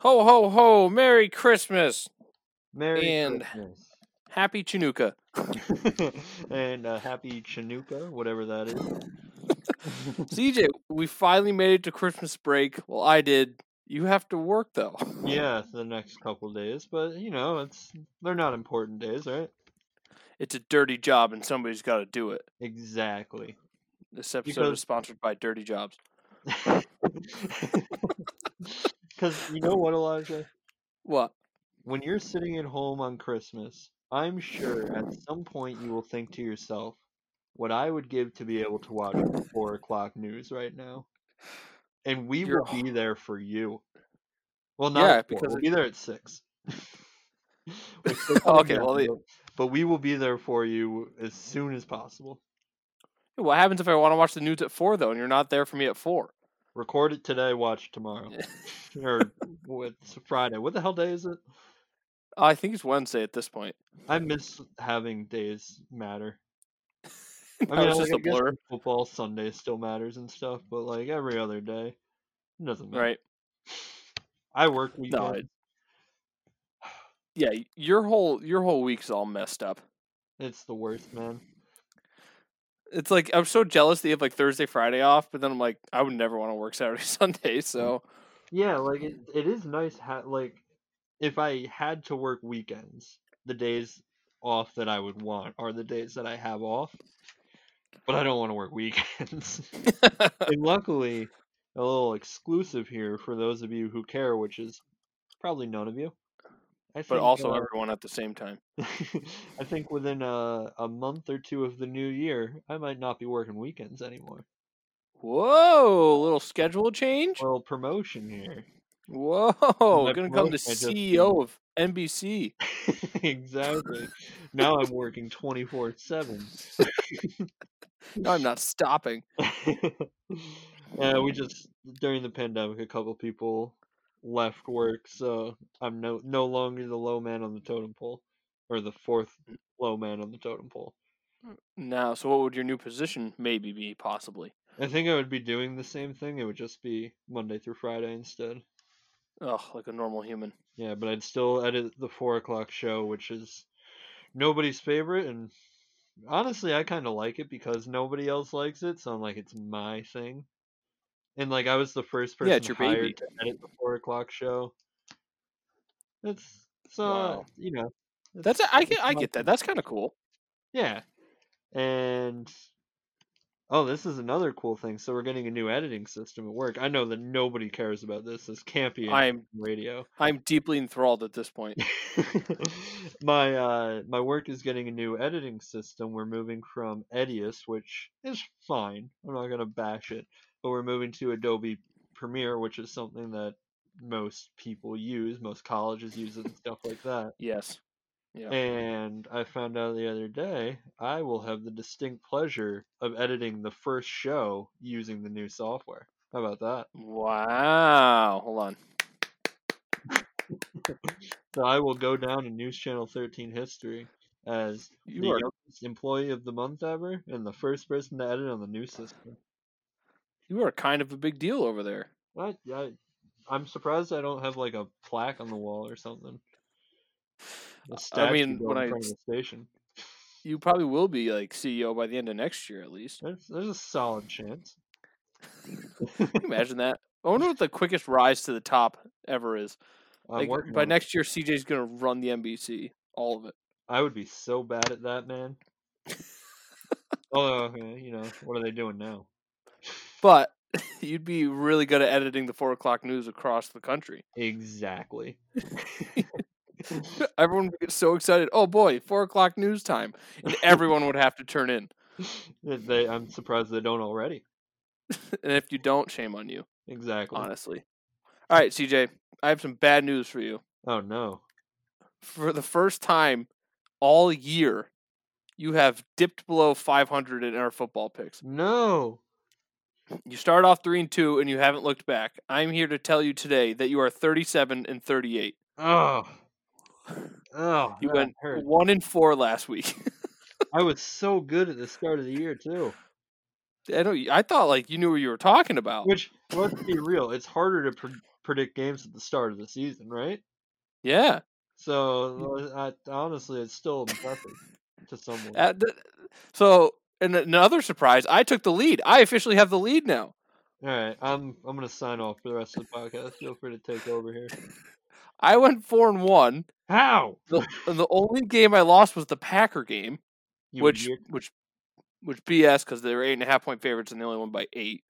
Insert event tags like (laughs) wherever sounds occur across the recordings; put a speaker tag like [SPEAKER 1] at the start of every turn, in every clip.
[SPEAKER 1] Ho ho ho! Merry Christmas!
[SPEAKER 2] Merry
[SPEAKER 1] And- Happy
[SPEAKER 2] (laughs)
[SPEAKER 1] Chinooka.
[SPEAKER 2] Christmas. (laughs) and uh, happy Chinooka, whatever that is.
[SPEAKER 1] CJ, we finally made it to Christmas break. Well, I did. You have to work though.
[SPEAKER 2] Yeah, the next couple days, but you know, it's they're not important days, right?
[SPEAKER 1] (laughs) It's a dirty job, and somebody's got to do it.
[SPEAKER 2] Exactly. (laughs)
[SPEAKER 1] This episode
[SPEAKER 2] Because-
[SPEAKER 1] is sponsored by Dirty Jobs.
[SPEAKER 2] Because you know what, Elijah?
[SPEAKER 1] What?
[SPEAKER 2] When you're sitting at home on Christmas, I'm sure at some point you will think to yourself, what I would give to be able to watch the four o'clock news right now. And we
[SPEAKER 1] You're
[SPEAKER 2] will be there for you. Well, not
[SPEAKER 1] Yeah,
[SPEAKER 2] at four,
[SPEAKER 1] because
[SPEAKER 2] we'll
[SPEAKER 1] it-
[SPEAKER 2] be there at six. (laughs) We still
[SPEAKER 1] Oh,
[SPEAKER 2] have
[SPEAKER 1] (laughs) okay,
[SPEAKER 2] that,
[SPEAKER 1] well, the-
[SPEAKER 2] but- but we will be there for you as soon as possible.
[SPEAKER 1] What happens if I want to watch the news at four though, and you're not there for me at four?
[SPEAKER 2] Record it today, watch it tomorrow, (laughs) or it's Friday. What the hell day is it?
[SPEAKER 1] I think it's Wednesday at this point.
[SPEAKER 2] I miss having days
[SPEAKER 1] (laughs)
[SPEAKER 2] matter. I
[SPEAKER 1] That
[SPEAKER 2] mean,
[SPEAKER 1] was
[SPEAKER 2] like,
[SPEAKER 1] just
[SPEAKER 2] I
[SPEAKER 1] a
[SPEAKER 2] guess
[SPEAKER 1] blur,
[SPEAKER 2] football Sunday still matters and stuff, but like every other day, it doesn't matter.
[SPEAKER 1] right?
[SPEAKER 2] I work weekend.
[SPEAKER 1] it- Yeah, y- your whole your whole week's all messed up.
[SPEAKER 2] It's the worst, man.
[SPEAKER 1] It's like I'm so jealous that you have like Thursday, Friday off, but then I'm like, I would never want to work Saturday, (laughs)
[SPEAKER 2] Mm,
[SPEAKER 1] Sunday. So
[SPEAKER 2] Yeah, like it, it is nice. Ha- like if I had to work weekends, the days off that I would want are the days that I have off. But I don't want to
[SPEAKER 1] (laughs)
[SPEAKER 2] work weekends. (laughs) and luckily, a little exclusive here for those of you who care, which is probably none of you. I
[SPEAKER 1] but
[SPEAKER 2] think,
[SPEAKER 1] also
[SPEAKER 2] uh,
[SPEAKER 1] everyone at the same time.
[SPEAKER 2] (laughs) I think within a, a month or two of the new year, I might not be working weekends anymore.
[SPEAKER 1] Whoa, little schedule change.
[SPEAKER 2] Well, promotion here.
[SPEAKER 1] Whoa,
[SPEAKER 2] my
[SPEAKER 1] gonna come
[SPEAKER 2] promotion I
[SPEAKER 1] the
[SPEAKER 2] just
[SPEAKER 1] CEO of NBC.
[SPEAKER 2] (laughs) exactly. now I'm working 24 7.
[SPEAKER 1] No, I'm not stopping.
[SPEAKER 2] uh, we just, during the pandemic, a couple people left work, so I'm no, no longer the low man on the totem pole, or the fourth low man on the totem pole.
[SPEAKER 1] Now, so what would your new position maybe be? Possibly.
[SPEAKER 2] I think I would be doing the same thing. It would just be Monday through Friday instead.
[SPEAKER 1] Oh, like a normal human.
[SPEAKER 2] Yeah, but I'd still edit the four o'clock show, which is nobody's favorite, and honestly, I kind of like it because nobody else likes it, so I'm like, it's my thing. And like, I was the first person
[SPEAKER 1] Yeah, it's your
[SPEAKER 2] hired
[SPEAKER 1] baby.
[SPEAKER 2] to edit the four o'clock show. It's so
[SPEAKER 1] Wow.
[SPEAKER 2] you know,
[SPEAKER 1] That's
[SPEAKER 2] it's-
[SPEAKER 1] I
[SPEAKER 2] it's
[SPEAKER 1] get I
[SPEAKER 2] my
[SPEAKER 1] get
[SPEAKER 2] thing.
[SPEAKER 1] that. That's kind of cool.
[SPEAKER 2] Yeah, and oh, this is another cool thing. So we're getting a new editing system at work. I know that nobody cares about this. This can't be on
[SPEAKER 1] I'm
[SPEAKER 2] radio.
[SPEAKER 1] I'm deeply enthralled at this point.
[SPEAKER 2] (laughs) my uh my work is getting a new editing system. We're moving from Edius, which is fine. I'm not gonna bash it, but we're moving to Adobe Premiere, which is something that most people use, most colleges use it and stuff
[SPEAKER 1] (laughs)
[SPEAKER 2] like that.
[SPEAKER 1] Yes. Yeah.
[SPEAKER 2] And I found out the other day I will have the distinct pleasure of editing the first show using the new software. How about that?
[SPEAKER 1] Wow. Hold on.
[SPEAKER 2] So I will go down in News Channel 13 history as
[SPEAKER 1] You
[SPEAKER 2] the
[SPEAKER 1] are-
[SPEAKER 2] youngest employee of the month ever and the first person to edit on the new system.
[SPEAKER 1] You are kind of a big deal over there.
[SPEAKER 2] I, I, I'm surprised I don't have like a plaque on the wall or something. A statue
[SPEAKER 1] mean,
[SPEAKER 2] go
[SPEAKER 1] when
[SPEAKER 2] in
[SPEAKER 1] I
[SPEAKER 2] front of
[SPEAKER 1] s-
[SPEAKER 2] the station,
[SPEAKER 1] You probably will be like CEO by the end of next year at least.
[SPEAKER 2] there's, there's a solid chance.
[SPEAKER 1] Can you imagine that? I wonder what the quickest rise to the top ever is.
[SPEAKER 2] I'm
[SPEAKER 1] Like
[SPEAKER 2] working
[SPEAKER 1] by
[SPEAKER 2] on it.
[SPEAKER 1] next year CJ's gonna run the NBC. All of it.
[SPEAKER 2] I would be so bad at
[SPEAKER 1] (laughs)
[SPEAKER 2] that, man. Although, uh, you know, what are they doing now?
[SPEAKER 1] But (laughs) you'd be really good at editing the four o'clock news across the country. (laughs)
[SPEAKER 2] Exactly. (laughs)
[SPEAKER 1] Everyone would get so excited. Oh boy, four o'clock news time.
[SPEAKER 2] (laughs)
[SPEAKER 1] And everyone would have to turn in. (laughs)
[SPEAKER 2] they, I'm surprised they don't already.
[SPEAKER 1] And if you don't, shame on you,
[SPEAKER 2] Exactly.
[SPEAKER 1] honestly. All right, CJ, I have some bad news for you.
[SPEAKER 2] Oh no.
[SPEAKER 1] For the first time all year, you have dipped below 500 in our football picks.
[SPEAKER 2] No.
[SPEAKER 1] You start off 3 and 2 and you haven't looked back. I'm here to tell you today that you are 37 and 38.
[SPEAKER 2] Oh. Oh.
[SPEAKER 1] You
[SPEAKER 2] that
[SPEAKER 1] went (laughs)
[SPEAKER 2] hurt.
[SPEAKER 1] 1 and 4 last (laughs) week.
[SPEAKER 2] I was so good at the start of the year too.
[SPEAKER 1] I know I thought like you knew what you were talking about.
[SPEAKER 2] Which let's be real, it's harder to pre- predict games at the start of the season, right?
[SPEAKER 1] Yeah. Mm.
[SPEAKER 2] So uh, I, honestly, it's still impressive to someone.
[SPEAKER 1] Uh, th- so, and another surprise, I took the lead. I officially have the lead now.
[SPEAKER 2] All right, I'm I'm gonna sign off for the rest of the podcast. Feel free to take over here.
[SPEAKER 1] I went four and one.
[SPEAKER 2] How?
[SPEAKER 1] The, the only game I lost was the Packer game,
[SPEAKER 2] You
[SPEAKER 1] which
[SPEAKER 2] jerk.
[SPEAKER 1] which which BS because they were eight and a half point favorites and they only won by eight.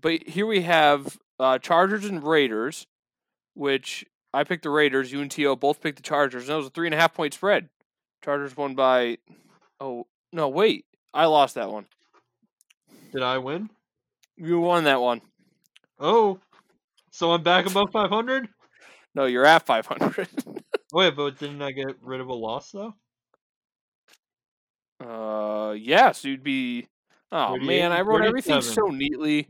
[SPEAKER 1] But here we have uh, Chargers and Raiders, which I picked the Raiders. You and To both picked the Chargers. And that was a three and a half point spread. Chargers won by. Oh no! Wait, I lost that one.
[SPEAKER 2] (laughs) Did I win?
[SPEAKER 1] You won that one.
[SPEAKER 2] Oh, so I'm back above 500.
[SPEAKER 1] No, you're at five hundred. (laughs)
[SPEAKER 2] Wait, but didn't I get rid of a loss though?
[SPEAKER 1] uh, yes, you'd be. Oh
[SPEAKER 2] 38
[SPEAKER 1] man, I
[SPEAKER 2] and
[SPEAKER 1] wrote everything
[SPEAKER 2] 37.
[SPEAKER 1] so neatly.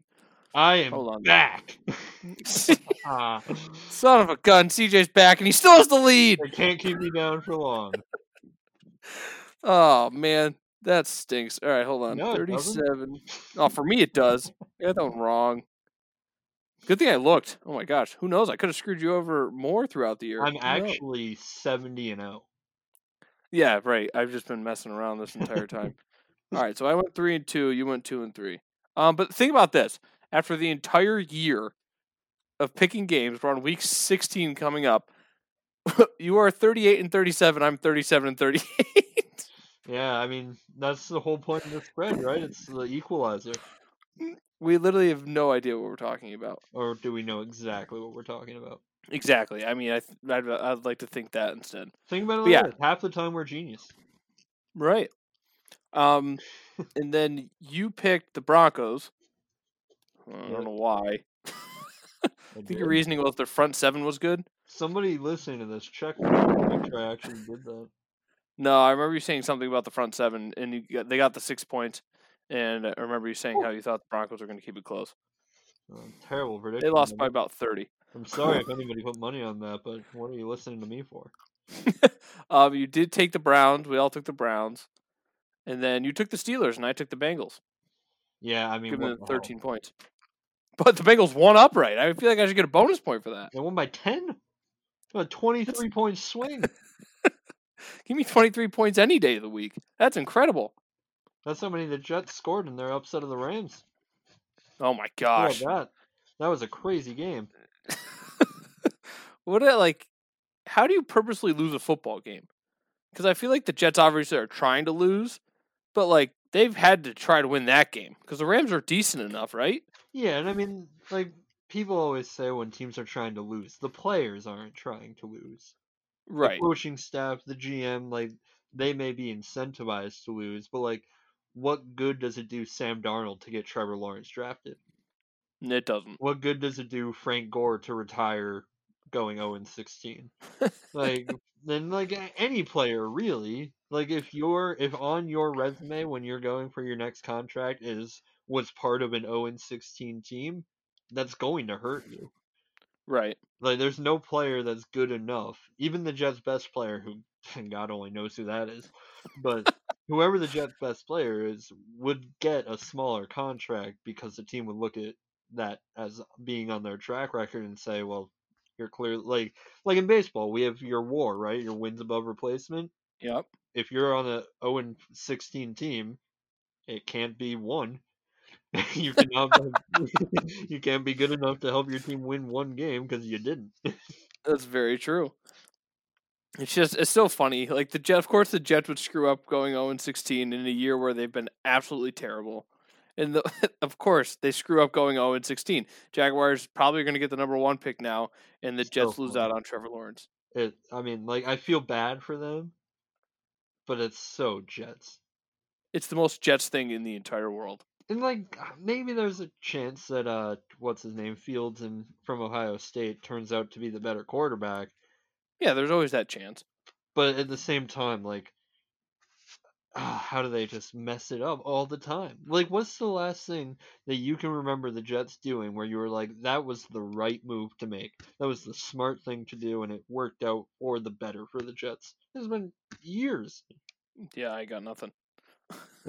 [SPEAKER 2] I am
[SPEAKER 1] Hold on.
[SPEAKER 2] back. (laughs)
[SPEAKER 1] (laughs) Son
[SPEAKER 2] Ah,
[SPEAKER 1] of a gun, CJ's back and he still has the lead.
[SPEAKER 2] they can't keep me down for long.
[SPEAKER 1] (laughs) Oh man, that stinks. All right, hold on.
[SPEAKER 2] No, it doesn't.
[SPEAKER 1] 37. Oh, for me it does. I got that one wrong. Good thing I looked. Oh my gosh, who knows? I could have screwed you over more throughout the year.
[SPEAKER 2] I'm
[SPEAKER 1] Who knows?
[SPEAKER 2] actually 70 and 0.
[SPEAKER 1] Yeah, right. I've just been messing around this entire time. All right, so I went three and two. You went two and three. Um, but think about this: after the entire year of picking games, we're on week sixteen coming up. (laughs) you are thirty-eight and thirty-seven. I'm thirty-seven and thirty-eight. (laughs)
[SPEAKER 2] Yeah, I mean that's the whole point of the spread, right? It's the equalizer.
[SPEAKER 1] we literally have no idea what we're talking about.
[SPEAKER 2] Or do we know exactly what we're talking about?
[SPEAKER 1] Exactly. I mean, I th- I'd, I'd like to think that instead.
[SPEAKER 2] Think about it.
[SPEAKER 1] But
[SPEAKER 2] Like
[SPEAKER 1] yeah.
[SPEAKER 2] this, half the time we're genius.
[SPEAKER 1] Right.
[SPEAKER 2] (laughs)
[SPEAKER 1] Um, and then you picked the Broncos. I
[SPEAKER 2] Yep.
[SPEAKER 1] don't know why.
[SPEAKER 2] I
[SPEAKER 1] I think
[SPEAKER 2] did.
[SPEAKER 1] your reasoning was their front seven was good.
[SPEAKER 2] Somebody listening to this, check me out, make sure I actually did that.
[SPEAKER 1] No, I remember you saying something about the front seven, and you got, they got the six points. And I remember you saying how you thought the Broncos were going to keep it close.
[SPEAKER 2] Oh, terrible prediction.
[SPEAKER 1] They lost by
[SPEAKER 2] man.
[SPEAKER 1] about thirty.
[SPEAKER 2] I'm sorry if anybody put money on that, but what are you listening to me for?
[SPEAKER 1] Um, you did take the Browns. We all took the Browns, and then you took the Steelers, and I took the Bengals,
[SPEAKER 2] Yeah, I mean,
[SPEAKER 1] giving
[SPEAKER 2] what
[SPEAKER 1] them
[SPEAKER 2] the hell?
[SPEAKER 1] thirteen points. But the Bengals won upright. I feel like I should get a bonus point for that.
[SPEAKER 2] They won by ten. A twenty-three point swing.
[SPEAKER 1] Give me twenty three points any day of the week. That's incredible.
[SPEAKER 2] That's how many the Jets scored in their upset of the Rams.
[SPEAKER 1] Oh my
[SPEAKER 2] How
[SPEAKER 1] gosh!
[SPEAKER 2] about that that was a crazy game.
[SPEAKER 1] what a, like? How do you purposely lose a football game? Because I feel like the Jets obviously are trying to lose, but like they've had to try to win that game because the Rams are decent enough, right?
[SPEAKER 2] Yeah, and I mean, like people always say when teams are trying to lose, the players aren't trying to lose.
[SPEAKER 1] Right.
[SPEAKER 2] The coaching staff, the GM, like they may be incentivized to lose, but like, what good does it do Sam Darnold to get Trevor Lawrence drafted?
[SPEAKER 1] It doesn't.
[SPEAKER 2] um, What good does it do Frank Gore to retire going 0 and 16? Like, then like a- any player really, like if your if on your resume when you're going for your next contract is was part of an 0 and 16 team, that's going to hurt you.
[SPEAKER 1] Right.
[SPEAKER 2] Like, there's no player that's good enough. Even the Jets' best player, who (laughs) and God only knows who that is, but whoever the Jets' best player is would get a smaller contract because the team would look at that as being on their track record and say, well, you're clear. Like, like in baseball, we have your WAR, right? Your wins above replacement.
[SPEAKER 1] Yep.
[SPEAKER 2] If you're on a 0 and 16 team, it can't be one. (laughs) you cannot. you can't be (laughs) good enough to help your team win one game because you didn't.
[SPEAKER 1] That's very true. It's just it's so funny. Like the Jet, of course, the Jets would screw up going 0 and 16 in a year where they've been absolutely terrible, and the, (laughs) of course they screw up going 0 and 16. Jaguars probably going to get the number one pick now, and the
[SPEAKER 2] So
[SPEAKER 1] Jets lose
[SPEAKER 2] funny.
[SPEAKER 1] out on Trevor Lawrence.
[SPEAKER 2] it i mean like i feel bad for them but it's so jets
[SPEAKER 1] It's the most Jets thing in the entire world.
[SPEAKER 2] and like uh, maybe there's a chance that uh what's his name fields and from ohio state turns out to be the better quarterback
[SPEAKER 1] Yeah, there's always that chance.
[SPEAKER 2] but at the same time like ah, how do they just mess it up all the time like what's the last thing that you can remember the jets doing where you were like that was the right move to make that was the smart thing to do and it worked out or the better for the jets it's been years
[SPEAKER 1] Yeah, I got nothing.
[SPEAKER 2] (laughs)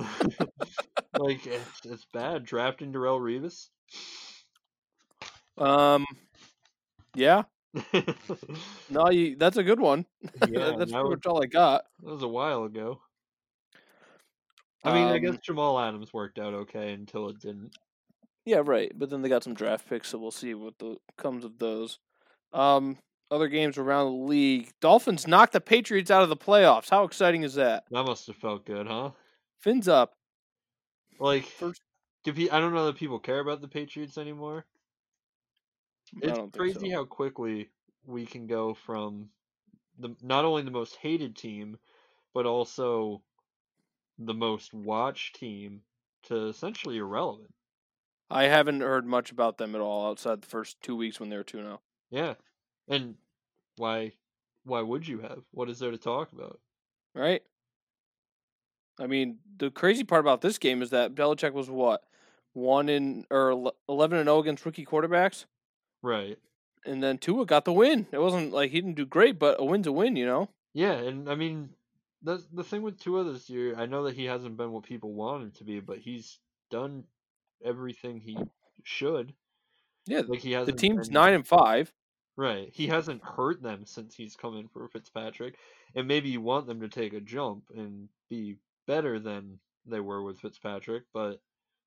[SPEAKER 2] like it's, it's bad drafting Darrell Revis.
[SPEAKER 1] Um, (laughs) Yeah.
[SPEAKER 2] yeah,
[SPEAKER 1] No, you, that's a good one. that's
[SPEAKER 2] that
[SPEAKER 1] pretty
[SPEAKER 2] was,
[SPEAKER 1] much all I got.
[SPEAKER 2] that was a while ago. I mean, I
[SPEAKER 1] Um,
[SPEAKER 2] guess Jamal Adams worked out okay until it didn't.
[SPEAKER 1] Yeah, right. But then they got some draft picks, so we'll see what the comes of those. Um, other games around the league. Dolphins knocked the Patriots out of the playoffs. How exciting is that?
[SPEAKER 2] That must have felt good, huh?
[SPEAKER 1] Fins up.
[SPEAKER 2] Like,
[SPEAKER 1] First-
[SPEAKER 2] do pe- I don't know that people care about the Patriots anymore.
[SPEAKER 1] Mm, I
[SPEAKER 2] It's
[SPEAKER 1] don't think
[SPEAKER 2] crazy
[SPEAKER 1] so.
[SPEAKER 2] how quickly we can go from the not only the most hated team, but also the most watched team to essentially irrelevant.
[SPEAKER 1] I haven't heard much about them at all outside the first two weeks when they were two 0
[SPEAKER 2] Yeah, and why? Why would you have? What is there to talk about?
[SPEAKER 1] right? I mean, the crazy part about this game is that Belichick was what one in or ele- eleven and zero against rookie quarterbacks,
[SPEAKER 2] Right.
[SPEAKER 1] and then Tua got the win. It wasn't like he didn't do great, but a win's a win, you know.
[SPEAKER 2] Yeah, and I mean, that's the thing with Tua this year. I know that he hasn't been what people want him to be, but he's done everything he should.
[SPEAKER 1] Yeah,
[SPEAKER 2] Like he
[SPEAKER 1] the
[SPEAKER 2] hasn't.
[SPEAKER 1] team's
[SPEAKER 2] been-
[SPEAKER 1] nine and five.
[SPEAKER 2] Right. He hasn't hurt them since he's come in for Fitzpatrick. And maybe you want them to take a jump and be better than they were with Fitzpatrick, but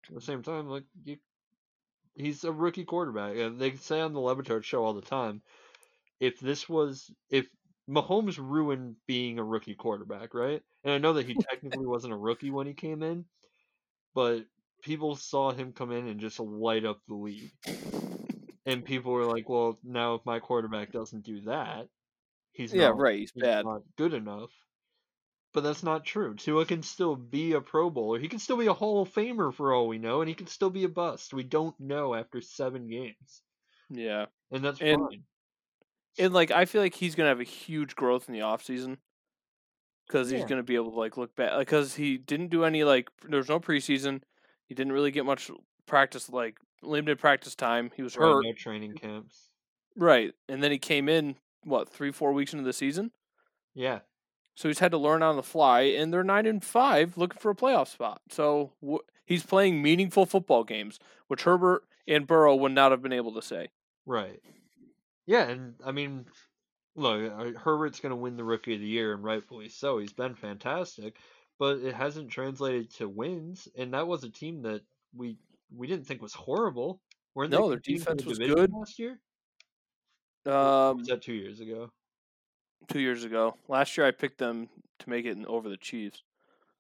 [SPEAKER 2] at the same time, like you he's a rookie quarterback. And they say on the Levitard show all the time, if this was if Mahomes ruined being a rookie quarterback, right? And I know that he technically wasn't a rookie when he came in, but people saw him come in and just light up the league and people were like, "Well, now if my quarterback doesn't do that, he's
[SPEAKER 1] yeah,
[SPEAKER 2] not,
[SPEAKER 1] right. He's
[SPEAKER 2] he's
[SPEAKER 1] bad.
[SPEAKER 2] not good enough." But that's not true. Tua can still be a Pro Bowler. He can still be a Hall of Famer for all we know, and he can still be a bust. We don't know after seven games,
[SPEAKER 1] Yeah,
[SPEAKER 2] and that's
[SPEAKER 1] And-
[SPEAKER 2] fine.
[SPEAKER 1] and like I feel like he's gonna have a huge growth in the offseason. Because he's
[SPEAKER 2] Yeah.
[SPEAKER 1] gonna be able to like look back, because he didn't do any like there was no preseason, he didn't really get much practice, like limited practice time. He was
[SPEAKER 2] Right,
[SPEAKER 1] hurt,
[SPEAKER 2] no training camps.
[SPEAKER 1] Right. And then he came in, what, three, four weeks into the season?
[SPEAKER 2] Yeah,
[SPEAKER 1] So he's had to learn on the fly, and they're nine and five looking for a playoff spot. So wh- he's playing meaningful football games, which Herbert and Burrow would not have been able to say.
[SPEAKER 2] right. Yeah, and I mean, look, uh, Herbert's going to win the Rookie of the Year, and rightfully so. He's been fantastic, but it hasn't translated to wins. And that was a team that we we didn't think was horrible. Weren't
[SPEAKER 1] No,
[SPEAKER 2] they
[SPEAKER 1] their
[SPEAKER 2] competing for the
[SPEAKER 1] defense was
[SPEAKER 2] division
[SPEAKER 1] good.
[SPEAKER 2] last year. Or
[SPEAKER 1] Um,
[SPEAKER 2] was that two years ago?
[SPEAKER 1] two years ago, last year I picked them to make it in over the Chiefs.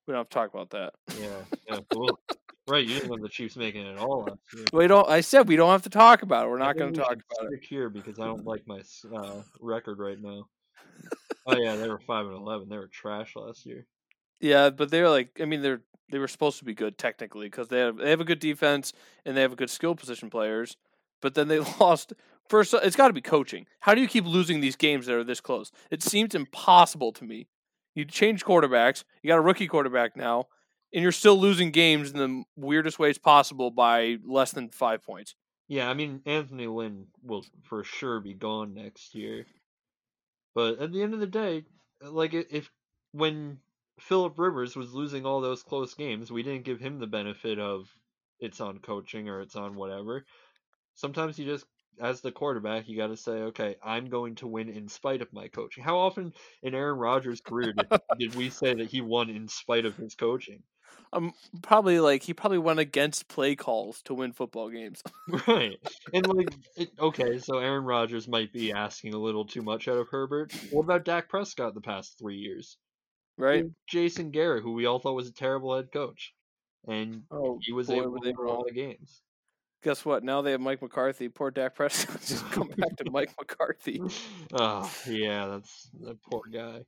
[SPEAKER 1] We don't have to talk about that.
[SPEAKER 2] Yeah, yeah, cool. right. You didn't have the Chiefs making it at all last year.
[SPEAKER 1] (laughs) We don't. I said we don't have to talk about it. We're
[SPEAKER 2] I
[SPEAKER 1] not going
[SPEAKER 2] think
[SPEAKER 1] to
[SPEAKER 2] we
[SPEAKER 1] talk
[SPEAKER 2] should
[SPEAKER 1] about it.
[SPEAKER 2] stick here because I don't like my s- uh, record right
[SPEAKER 1] (laughs)
[SPEAKER 2] now. oh yeah, they were five and eleven. They were trash last year.
[SPEAKER 1] Yeah, but they're like. I mean, they're they were supposed to be good technically because they have they have a good defense and they have a good skill position players, but then they (laughs) lost. First, it's got to be coaching. How do you keep losing these games that are this close? It seems impossible to me. You change quarterbacks. You got a rookie quarterback now, and you're still losing games in the weirdest ways possible by less than five points.
[SPEAKER 2] Yeah, I mean Anthony Lynn will for sure be gone next year. But at the end of the day, like i- if when Philip Rivers was losing all those close games, we didn't give him the benefit of it's on coaching or it's on whatever. Sometimes you just as the quarterback, you got to say, "Okay, I'm going to win in spite of my coaching." How often in Aaron Rodgers' career did, did we say that he won in spite of his coaching?
[SPEAKER 1] Um, probably like he probably went against play calls to win football games. (laughs)
[SPEAKER 2] Right. And like, it, okay, so Aaron Rodgers might be asking a little too much out of Herbert. What about Dak Prescott the past three years?
[SPEAKER 1] Right?
[SPEAKER 2] And Jason Garrett, who we all thought was a terrible head coach, and
[SPEAKER 1] Oh,
[SPEAKER 2] he was
[SPEAKER 1] boy,
[SPEAKER 2] able
[SPEAKER 1] were
[SPEAKER 2] to uh
[SPEAKER 1] they
[SPEAKER 2] win a lot
[SPEAKER 1] wrong.
[SPEAKER 2] of games. (laughs)
[SPEAKER 1] guess what? Now they have Mike McCarthy. Poor Dak Prescott's (laughs) just come back to Mike (laughs) McCarthy.
[SPEAKER 2] Oh, yeah, that's that poor guy.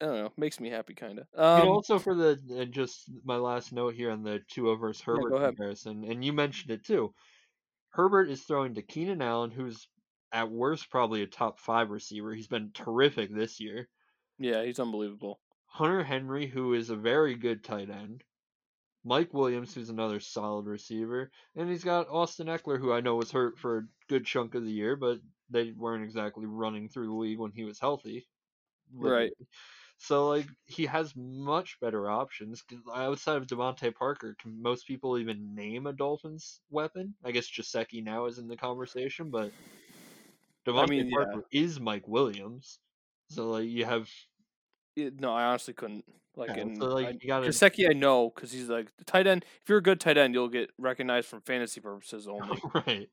[SPEAKER 1] I don't know. Makes me happy, kind of. Um,
[SPEAKER 2] And also for the and just my last note here on the Tua versus Herbert
[SPEAKER 1] go ahead.
[SPEAKER 2] comparison, and you mentioned it too. Herbert is throwing to Keenan Allen, who's at worst probably a top five receiver. He's been terrific this year.
[SPEAKER 1] yeah, he's unbelievable.
[SPEAKER 2] Hunter Henry, who is a very good tight end, Mike Williams, who's another solid receiver, and he's got Austin Eckler, who I know was hurt for a good chunk of the year, but they weren't exactly running through the league when he was healthy.
[SPEAKER 1] Right.
[SPEAKER 2] literally. So like he has much better options 'cause outside of Devontae Parker. Can most people even name a Dolphins weapon? I guess Jaceki now is in the conversation, but Devontae
[SPEAKER 1] mean, yeah.
[SPEAKER 2] Parker is Mike Williams, so like you have
[SPEAKER 1] It- no, I honestly couldn't. Like,
[SPEAKER 2] yeah,
[SPEAKER 1] in,
[SPEAKER 2] so like you got to
[SPEAKER 1] Kaseki, I know because he's like the tight end. If you're a good tight end, you'll get recognized from fantasy purposes
[SPEAKER 2] (laughs)
[SPEAKER 1] only.
[SPEAKER 2] right.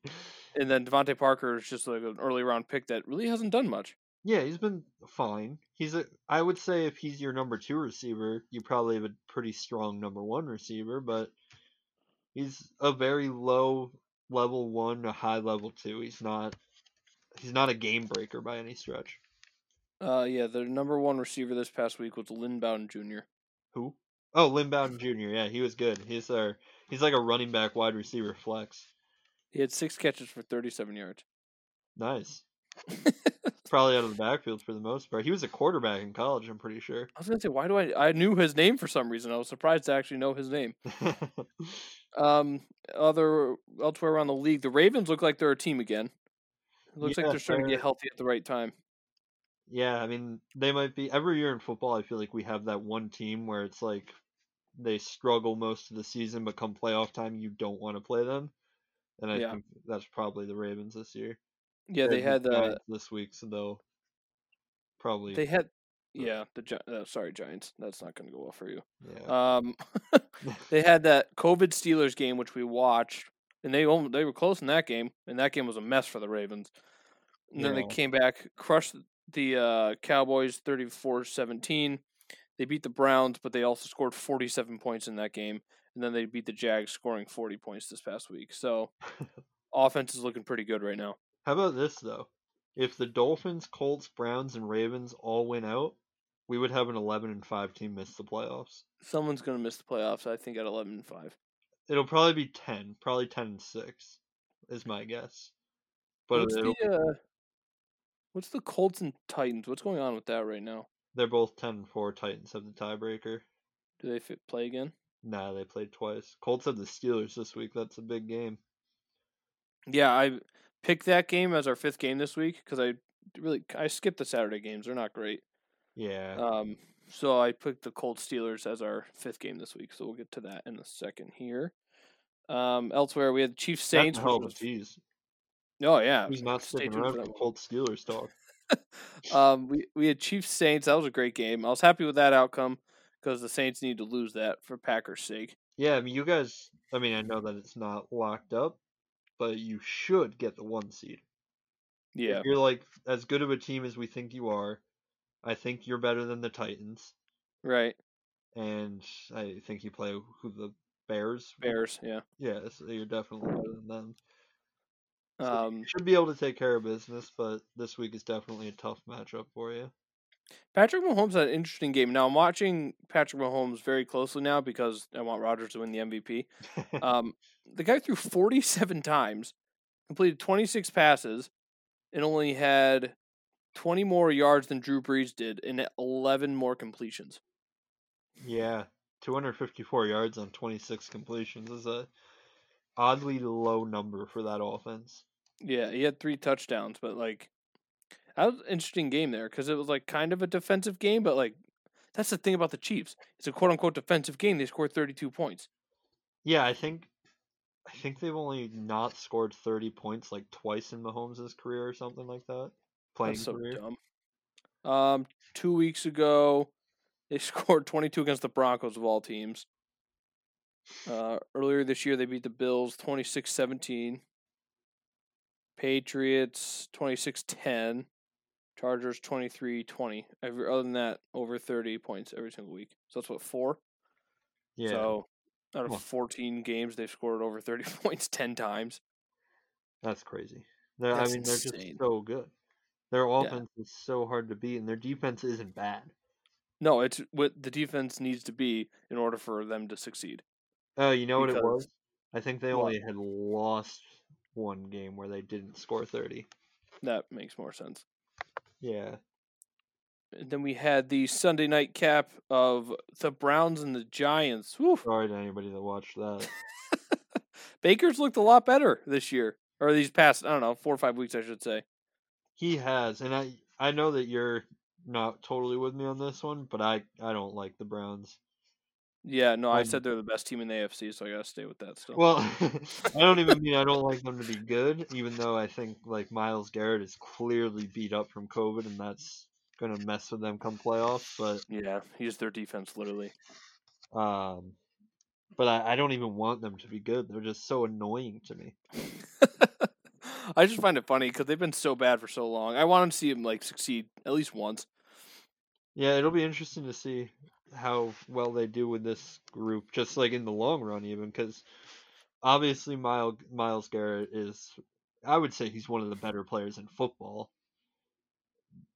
[SPEAKER 1] and then Devontae Parker is just like an early round pick that really hasn't done much.
[SPEAKER 2] Yeah, he's been fine. He's a. I would say if he's your number two receiver, you probably have a pretty strong number one receiver, but he's a very low level one, a high level two. He's not. He's not a game breaker by any stretch.
[SPEAKER 1] Uh, yeah, the number one receiver this past week was Lindbaum Jr.
[SPEAKER 2] Who? Oh, Lynn Bowden Jr. Yeah, he was good. He's our. He's like a running back, wide receiver flex.
[SPEAKER 1] He had six catches for 37 yards.
[SPEAKER 2] Nice.
[SPEAKER 1] I
[SPEAKER 2] Probably out of the backfield for the most part. He was a quarterback in college. I'm pretty sure. (laughs)
[SPEAKER 1] was gonna say, why do I? I knew his name for some reason. I was surprised to actually know his name. Um, other elsewhere around the league, the Ravens look like they're a team again. It looks
[SPEAKER 2] Yeah,
[SPEAKER 1] like they're starting to
[SPEAKER 2] they're-
[SPEAKER 1] get healthy at the right time.
[SPEAKER 2] Yeah, I mean, they might be every year in football. I feel like we have that one team where it's like they struggle most of the season, but come playoff time, you don't want to play them. And I
[SPEAKER 1] Yeah.
[SPEAKER 2] think that's probably the Ravens this year.
[SPEAKER 1] Yeah, they had
[SPEAKER 2] the
[SPEAKER 1] uh,
[SPEAKER 2] Giants this week, so they'll probably
[SPEAKER 1] they had, yeah, the Gi- uh, sorry Giants. That's not going to go well for you.
[SPEAKER 2] yeah.
[SPEAKER 1] Um, they had that COVID Steelers game which we watched, and they almo- they were close in that game, and that game was a mess for the Ravens. And then they
[SPEAKER 2] Yeah.
[SPEAKER 1] came back, crushed the uh, Cowboys 34-17. They beat the Browns, but they also scored 47 points in that game, and then they beat the Jags scoring 40 points this past week.
[SPEAKER 2] (laughs)
[SPEAKER 1] So offense is looking pretty good right now.
[SPEAKER 2] (laughs) How about this though? If the Dolphins, Colts, Browns, and Ravens all win out, we would have an 11 and 5 team miss the playoffs.
[SPEAKER 1] Someone's going to miss the playoffs, I think at 11 and 5.
[SPEAKER 2] It'll probably be 10, probably 10 and 6 is my guess. But
[SPEAKER 1] What's
[SPEAKER 2] it'll
[SPEAKER 1] the uh, What's the Colts and Titans? What's going on with that right now?
[SPEAKER 2] They're both 10 and 4. Titans have the tiebreaker.
[SPEAKER 1] Do they fit play again?
[SPEAKER 2] Nah, they played twice. Colts have the Steelers this week. That's a big game.
[SPEAKER 1] Yeah, I picked that game as our fifth game this week because I really I skipped the Saturday games; they're not great.
[SPEAKER 2] Yeah.
[SPEAKER 1] Um, so I picked the Colts Steelers as our fifth game this week. So we'll get to that in a second here. Um, elsewhere we had Chiefs Saints.
[SPEAKER 2] That's
[SPEAKER 1] which
[SPEAKER 2] hell
[SPEAKER 1] was-
[SPEAKER 2] jeez.
[SPEAKER 1] oh yeah,
[SPEAKER 2] (laughs) Who's not
[SPEAKER 1] stay
[SPEAKER 2] sticking
[SPEAKER 1] tuned for
[SPEAKER 2] around for
[SPEAKER 1] that one.
[SPEAKER 2] Colts Steelers talk?
[SPEAKER 1] Um, we we had Chiefs Saints. That was a great game. I was happy with that outcome because the Saints need to lose that for Packers' sake.
[SPEAKER 2] Yeah, I mean, you guys, I mean, I know that it's not locked up, but you should get the one seed.
[SPEAKER 1] Yeah,
[SPEAKER 2] If you're like as good of a team as we think you are, I think you're better than the Titans.
[SPEAKER 1] right.
[SPEAKER 2] And I think you play who the Bears.
[SPEAKER 1] Bears. Yeah.
[SPEAKER 2] Yeah, so you're definitely better than them. So you
[SPEAKER 1] Um,
[SPEAKER 2] should be able to take care of business, but this week is definitely a tough matchup for you.
[SPEAKER 1] Patrick Mahomes had an interesting game. Now I'm watching Patrick Mahomes very closely now because I want Rodgers to win the MVP. Um, the guy threw 47 times, completed 26 passes, and only had 20 more yards than Drew Brees did, and 11 more completions.
[SPEAKER 2] (laughs) yeah, 254 yards on 26 completions is a oddly low number for that offense.
[SPEAKER 1] Yeah, he had three touchdowns, but like that was an interesting game there because it was like kind of a defensive game, but like that's the thing about the Chiefs. It's a quote unquote defensive game. They scored 32 points.
[SPEAKER 2] Yeah, I think I think they've only not scored 30 points like twice in Mahomes' career or something like that. Playing
[SPEAKER 1] That's so
[SPEAKER 2] career.
[SPEAKER 1] dumb. Um, two weeks ago, they (laughs) scored 22 against the Broncos of all teams. Uh, earlier this year, they beat the Bills 26 17, Patriots 26 10, Chargers 23 20. Every, other than that, over 30 points every single week. So that's what, four?
[SPEAKER 2] Yeah.
[SPEAKER 1] So out of
[SPEAKER 2] Well-
[SPEAKER 1] 14 games, they've scored over 30 (laughs) points 10 times.
[SPEAKER 2] That's crazy. They're, I
[SPEAKER 1] That's
[SPEAKER 2] mean, they're just
[SPEAKER 1] insane.
[SPEAKER 2] so good. Their offense is so hard to beat, and their defense isn't bad.
[SPEAKER 1] No, it's what the defense needs to be in order for them to succeed.
[SPEAKER 2] Oh, you know what it
[SPEAKER 1] Because-
[SPEAKER 2] was? I think they
[SPEAKER 1] What?
[SPEAKER 2] only had lost one game where they didn't score 30.
[SPEAKER 1] That makes more sense.
[SPEAKER 2] Yeah.
[SPEAKER 1] And then we had the Sunday night cap of the Browns and the Giants. Whew.
[SPEAKER 2] Sorry to anybody that watched that.
[SPEAKER 1] Baker's looked a lot better this year, or these past, I don't know, four or five weeks, I should say.
[SPEAKER 2] he has, and I I know that you're not totally with me on this one, but I I don't like the Browns.
[SPEAKER 1] Yeah, no, I
[SPEAKER 2] Um,
[SPEAKER 1] said they're the best team in the AFC, so I gotta stay with that still.
[SPEAKER 2] Well, (laughs) I don't even mean I don't like them to be good, even though I think like Miles Garrett is clearly beat up from COVID, and that's gonna mess with them come playoffs. But
[SPEAKER 1] yeah, he's their defense literally. (sighs)
[SPEAKER 2] um, but I, I don't even want them to be good. They're just so annoying to me.
[SPEAKER 1] I just find it funny because they've been so bad for so long. I want to see him like succeed at least once.
[SPEAKER 2] Yeah, it'll be interesting to see how well they do with this group, just like in the long run, even because obviously Miles Miles Garrett is, I would say he's one of the better players in football.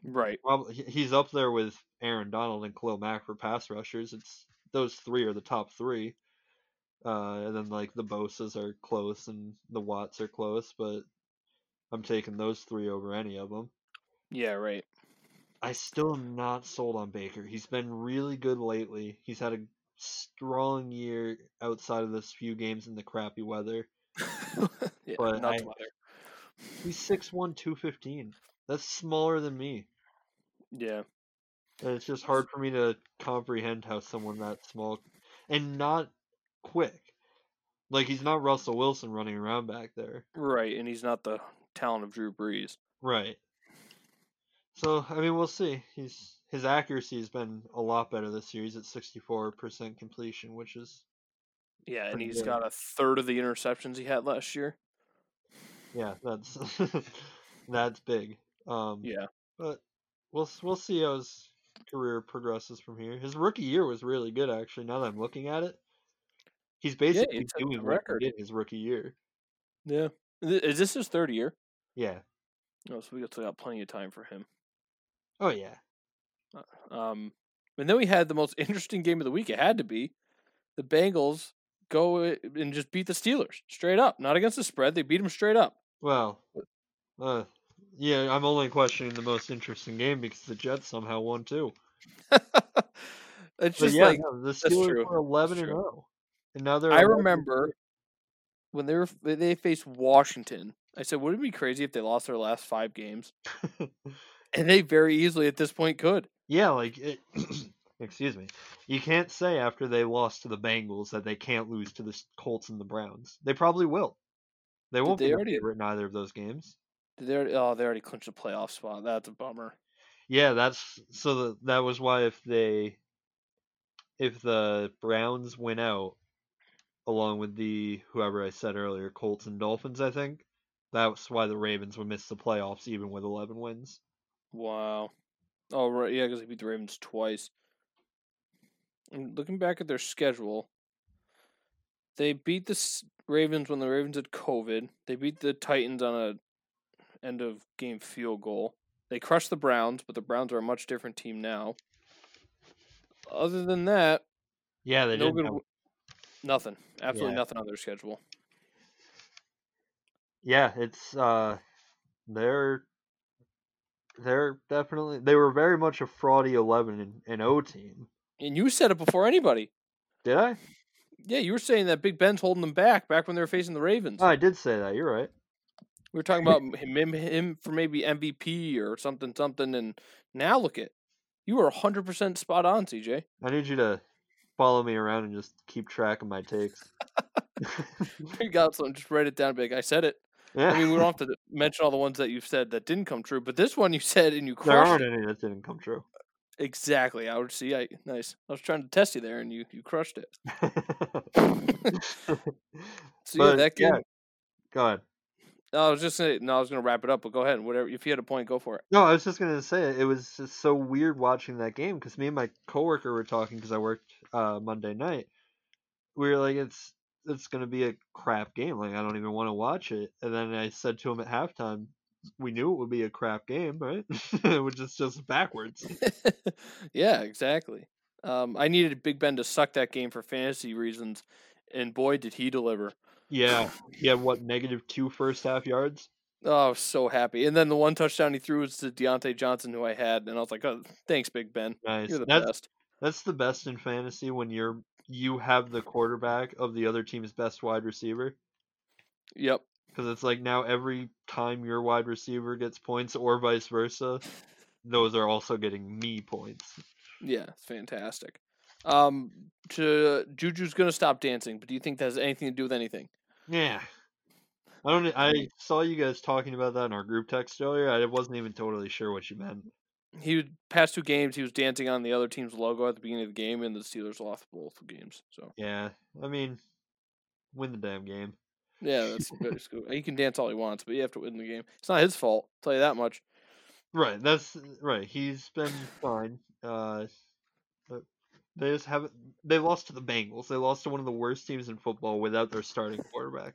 [SPEAKER 1] Right.
[SPEAKER 2] Probably he- he's up there with Aaron Donald and Khalil Mack for pass rushers. It's those three are the top three, uh, and then like the Bosa's are close and the Watts are close, but I'm taking those three over any of them.
[SPEAKER 1] Yeah. Right.
[SPEAKER 2] I still am not sold on Baker. He's been really good lately. He's had a strong year outside of those few games in the crappy weather.
[SPEAKER 1] yeah,
[SPEAKER 2] But
[SPEAKER 1] not
[SPEAKER 2] I-
[SPEAKER 1] to matter.
[SPEAKER 2] He's 6'1", 215. That's smaller than me.
[SPEAKER 1] Yeah.
[SPEAKER 2] And it's just hard for me to comprehend how someone that small and not quick. Like he's not Russell Wilson running around back there.
[SPEAKER 1] Right. And he's not the talent of Drew Brees.
[SPEAKER 2] Right. So I mean we'll see. He's his accuracy has been a lot better this year. He's at sixty four percent completion, which is
[SPEAKER 1] Yeah, and
[SPEAKER 2] Pretty
[SPEAKER 1] he's
[SPEAKER 2] good.
[SPEAKER 1] got a third of the interceptions he had last year.
[SPEAKER 2] Yeah, that's (laughs) that's big. Um,
[SPEAKER 1] Yeah.
[SPEAKER 2] but we'll s- we'll see how his career progresses from here. His rookie year was really good, actually. Now that I'm looking at it, he's basically
[SPEAKER 1] it's a
[SPEAKER 2] doing
[SPEAKER 1] good
[SPEAKER 2] what
[SPEAKER 1] record.
[SPEAKER 2] he did his rookie year.
[SPEAKER 1] Yeah. Is this his third year?
[SPEAKER 2] Yeah.
[SPEAKER 1] No, so we still got plenty of time for him.
[SPEAKER 2] Oh yeah.
[SPEAKER 1] Um, and then we had the most (laughs) interesting game of the week. It had to be the Bengals go i- and just beat the Steelers straight up, not against the spread. They beat them straight up. (laughs)
[SPEAKER 2] Well, uh, yeah. I'm only questioning the most interesting game because the Jets somehow won too.
[SPEAKER 1] it's
[SPEAKER 2] But
[SPEAKER 1] just
[SPEAKER 2] yeah,
[SPEAKER 1] like
[SPEAKER 2] no, the Steelers
[SPEAKER 1] true.
[SPEAKER 2] were 11 and
[SPEAKER 1] true.
[SPEAKER 2] 0, and now they're
[SPEAKER 1] I
[SPEAKER 2] 11
[SPEAKER 1] remember when they were they- they faced Washington. I said, would it be crazy if they lost their last five
[SPEAKER 2] (laughs)
[SPEAKER 1] games? And they very easily at this point could.
[SPEAKER 2] Yeah, like it, (clears throat) excuse me. You can't say after they lost to the Bengals that they can't lose to the S- Colts and the Browns. They probably will. They won't
[SPEAKER 1] they
[SPEAKER 2] be the
[SPEAKER 1] already-
[SPEAKER 2] favorite in either of those games.
[SPEAKER 1] Did They already, oh, they already clinched a playoff spot. That's a bummer.
[SPEAKER 2] Yeah, that's so the, that was why if they if the Browns win out along with the whoever I said earlier, Colts and Dolphins, I think, that's why the Ravens would miss the playoffs even with 11 wins.
[SPEAKER 1] Wow. Oh right, yeah, because they beat the Ravens twice. And looking back at their schedule, they beat the S- Ravens when the Ravens had COVID. They beat the Titans on a end of game field goal. They crushed the Browns, but the Browns are a much different team now. Other than that,
[SPEAKER 2] Yeah, they
[SPEAKER 1] no
[SPEAKER 2] didn't
[SPEAKER 1] good,
[SPEAKER 2] have-
[SPEAKER 1] w- nothing, absolutely
[SPEAKER 2] Yeah.
[SPEAKER 1] nothing on their schedule.
[SPEAKER 2] Yeah, it's uh they're they're definitely they were very much a fraudy eleven and, and O team.
[SPEAKER 1] And you said it before anybody.
[SPEAKER 2] Did I?
[SPEAKER 1] Yeah, you were saying that Big Ben's holding them back back when they were facing the Ravens.
[SPEAKER 2] Oh, I did say that. You're right.
[SPEAKER 1] We were talking about him, him, him for maybe MVP or something, something, and now look at you were hundred percent spot on, CJ.
[SPEAKER 2] I need you to follow me around and just keep track of my takes.
[SPEAKER 1] (laughs) You got some. Just write it down. Big. I said it.
[SPEAKER 2] yeah.
[SPEAKER 1] I mean,
[SPEAKER 2] (laughs)
[SPEAKER 1] we don't have to mention all the ones that you've said that didn't come true, but this one you said and you
[SPEAKER 2] there
[SPEAKER 1] crushed
[SPEAKER 2] aren't
[SPEAKER 1] it.
[SPEAKER 2] any that didn't come true.
[SPEAKER 1] Exactly. I would see. I nice. I was trying to test you there, and you you crushed
[SPEAKER 2] (laughs)
[SPEAKER 1] it. So yeah,
[SPEAKER 2] But,
[SPEAKER 1] that game.
[SPEAKER 2] yeah. Go ahead.
[SPEAKER 1] I was just saying. No, I was going to wrap it up, but go ahead. Whatever. If you had a point, go for it.
[SPEAKER 2] No, I was just gonna say it was just so weird watching that game because me and my coworker were talking because I worked uh, Monday night. We were like, "It's it's gonna be a crap game. Like I don't even want to watch it." And then I said to him at halftime, "We knew it would be a crap game, right?" (laughs) Which is just backwards.
[SPEAKER 1] (laughs) yeah, exactly. Um, I needed Big Ben to suck that game for fantasy reasons, and boy, did he deliver!
[SPEAKER 2] Yeah, he had what negative two first half yards.
[SPEAKER 1] Oh, I was so happy. And then the one touchdown he threw was to Deontay Johnson, who I had, and I was like, "Oh, thanks, Big Ben.
[SPEAKER 2] Nice.
[SPEAKER 1] You're the
[SPEAKER 2] That's
[SPEAKER 1] best."
[SPEAKER 2] that's the best in fantasy when you're you have the quarterback of the other team's best wide receiver.
[SPEAKER 1] Yep.
[SPEAKER 2] Because it's like now every time your wide receiver gets points or vice versa, those are also getting me points.
[SPEAKER 1] Yeah, it's fantastic. Um, to Juju's gonna stop dancing, but do you think that has anything to do with anything?
[SPEAKER 2] Yeah. I don't. e, I saw you guys talking about that in our group text earlier. I wasn't even totally sure what you meant.
[SPEAKER 1] He was- past two games, he was dancing on the other team's logo at the beginning of the game, and the Steelers lost both games. So
[SPEAKER 2] Yeah, I mean, win the damn game.
[SPEAKER 1] yeah, that's
[SPEAKER 2] (laughs)
[SPEAKER 1] good. It's good. He can dance all he wants, but you have to win the game. It's not his fault. I'll tell you that much.
[SPEAKER 2] Right. That's right. He's been fine. Uh, but they just have not They lost to the Bengals. They lost to one of the worst teams in football without their starting quarterback.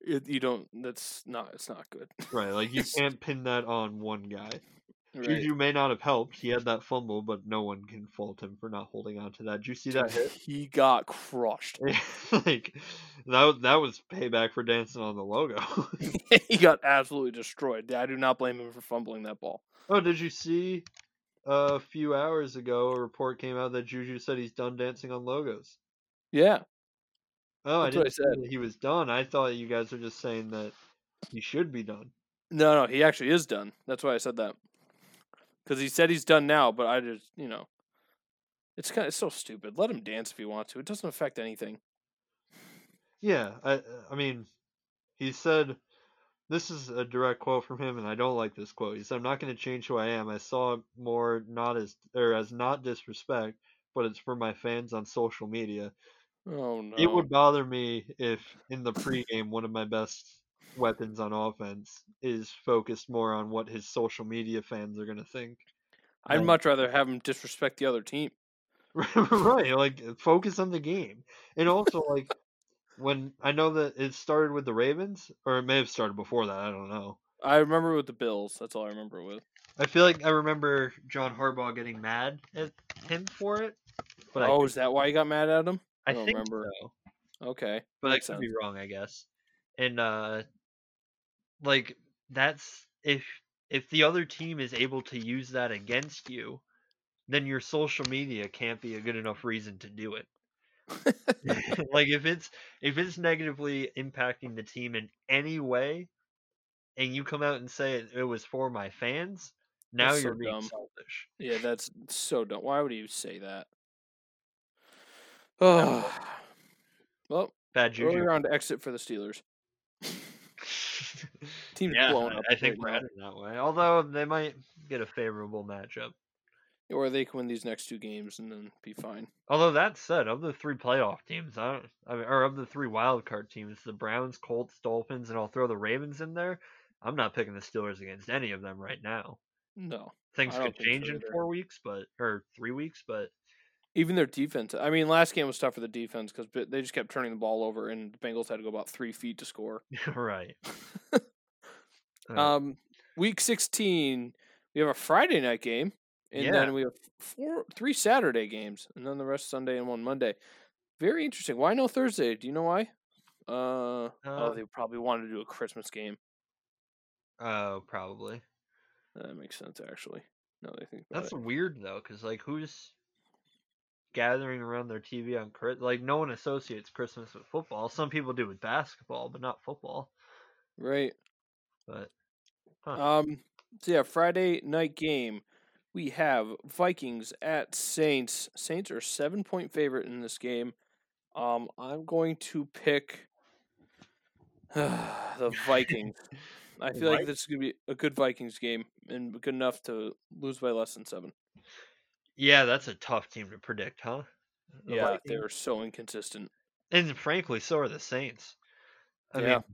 [SPEAKER 1] It, you don't. That's not. It's not good. (laughs)
[SPEAKER 2] Right. Like you can't pin that on one guy. Juju may not have helped. He had that fumble, but no one can fault him for not holding on to that. Did you see
[SPEAKER 1] (laughs)
[SPEAKER 2] that hit? (laughs)
[SPEAKER 1] He got crushed. (laughs)
[SPEAKER 2] like that was- that was payback for dancing on the logo. (laughs)
[SPEAKER 1] he got absolutely destroyed. I do not blame him for fumbling that ball.
[SPEAKER 2] oh, did you see uh, a few hours ago a report came out that Juju said he's done dancing on logos.
[SPEAKER 1] Yeah,
[SPEAKER 2] Oh,
[SPEAKER 1] That's
[SPEAKER 2] I
[SPEAKER 1] what I
[SPEAKER 2] didn't
[SPEAKER 1] said.
[SPEAKER 2] say that he was done. I thought you guys were just saying that he should be done.
[SPEAKER 1] No, no, he actually is done. That's why I said that. Because he said he's done now, but I just, you know, it's kind of it's so stupid. Let him dance if he wants to. It doesn't affect anything.
[SPEAKER 2] Yeah, I I mean, he said this is a direct quote from him, and I don't like this quote. He said, "I'm not going to change who I am. I saw it more not as or as not disrespect, but it's for my fans on social media.
[SPEAKER 1] Oh no,
[SPEAKER 2] It would bother me if in the pregame one of my best." Weapons on offense is focused more on what his social media fans are gonna think.
[SPEAKER 1] I'd
[SPEAKER 2] no.
[SPEAKER 1] much rather have him disrespect the other team.
[SPEAKER 2] (laughs) right like uh, focus on the game and also like when i know that it started with the ravens or it may have started before that i don't know
[SPEAKER 1] I remember with the Bills. That's all I remember with.
[SPEAKER 2] i feel like i remember john harbaugh getting mad at him for it but
[SPEAKER 1] oh, is that why he got mad at him?
[SPEAKER 2] i, I
[SPEAKER 1] I don't
[SPEAKER 2] think
[SPEAKER 1] remember.
[SPEAKER 2] so
[SPEAKER 1] Okay,
[SPEAKER 2] but i could
[SPEAKER 1] Makes
[SPEAKER 2] be wrong i guess and uh like that's if if the other team is able to use that against you then your social media can't be a good enough reason to
[SPEAKER 1] (laughs)
[SPEAKER 2] do it (laughs) like if it's if it's negatively impacting the team in any way and you come out and say it, it was for my fans now
[SPEAKER 1] That's so
[SPEAKER 2] you're being
[SPEAKER 1] dumb.
[SPEAKER 2] selfish
[SPEAKER 1] yeah, that's so dumb. Why would you say that? Oh, well,
[SPEAKER 2] bad juju
[SPEAKER 1] earlier on to exit for the Steelers. (laughs) Team's
[SPEAKER 2] (laughs) yeah
[SPEAKER 1] blown
[SPEAKER 2] I-
[SPEAKER 1] up
[SPEAKER 2] i think
[SPEAKER 1] right
[SPEAKER 2] we're
[SPEAKER 1] now.
[SPEAKER 2] headed that way although they might get a favorable matchup
[SPEAKER 1] or they can win these next two games and then be fine.
[SPEAKER 2] although that said of the three playoff teams i don't I mean, or of the three wild card teams the browns colts dolphins and i'll throw the ravens in there i'm not picking the steelers against any of them right now
[SPEAKER 1] No,
[SPEAKER 2] things
[SPEAKER 1] I
[SPEAKER 2] could
[SPEAKER 1] don't think so
[SPEAKER 2] change in
[SPEAKER 1] either.
[SPEAKER 2] four weeks, but or three weeks, but (laughs)
[SPEAKER 1] even their defense. I mean, last game was tough for the defense because they just kept turning the ball over, and the Bengals had to go about three feet to score.
[SPEAKER 2] right. Uh,
[SPEAKER 1] Um, week sixteen, we have a Friday night game, and
[SPEAKER 2] Yeah.
[SPEAKER 1] then we have four, three Saturday games, and then the rest Sunday and one Monday. Very interesting. Why no Thursday? Do you know why? Uh, oh,
[SPEAKER 2] Uh,
[SPEAKER 1] they probably wanted to do a Christmas game.
[SPEAKER 2] oh, probably.
[SPEAKER 1] That makes sense, actually. No, they think about
[SPEAKER 2] That's
[SPEAKER 1] it.
[SPEAKER 2] weird though, because like who's gathering around their TV on Christmas? Like no one associates Christmas with football. Some people do with basketball, but not football.
[SPEAKER 1] right.
[SPEAKER 2] But Huh.
[SPEAKER 1] Um. So yeah, Friday night game. We have Vikings at Saints. Saints are seven point favorite in this game. Um, I'm going to pick (sighs) the
[SPEAKER 2] (laughs)
[SPEAKER 1] Vikings. I feel like
[SPEAKER 2] Right.
[SPEAKER 1] this is gonna be a good Vikings game and good enough to lose by less than seven.
[SPEAKER 2] yeah, that's a tough team to predict, huh? The
[SPEAKER 1] Yeah,
[SPEAKER 2] Vikings.
[SPEAKER 1] they're so inconsistent.
[SPEAKER 2] and frankly, so are the Saints. I
[SPEAKER 1] Yeah.
[SPEAKER 2] mean,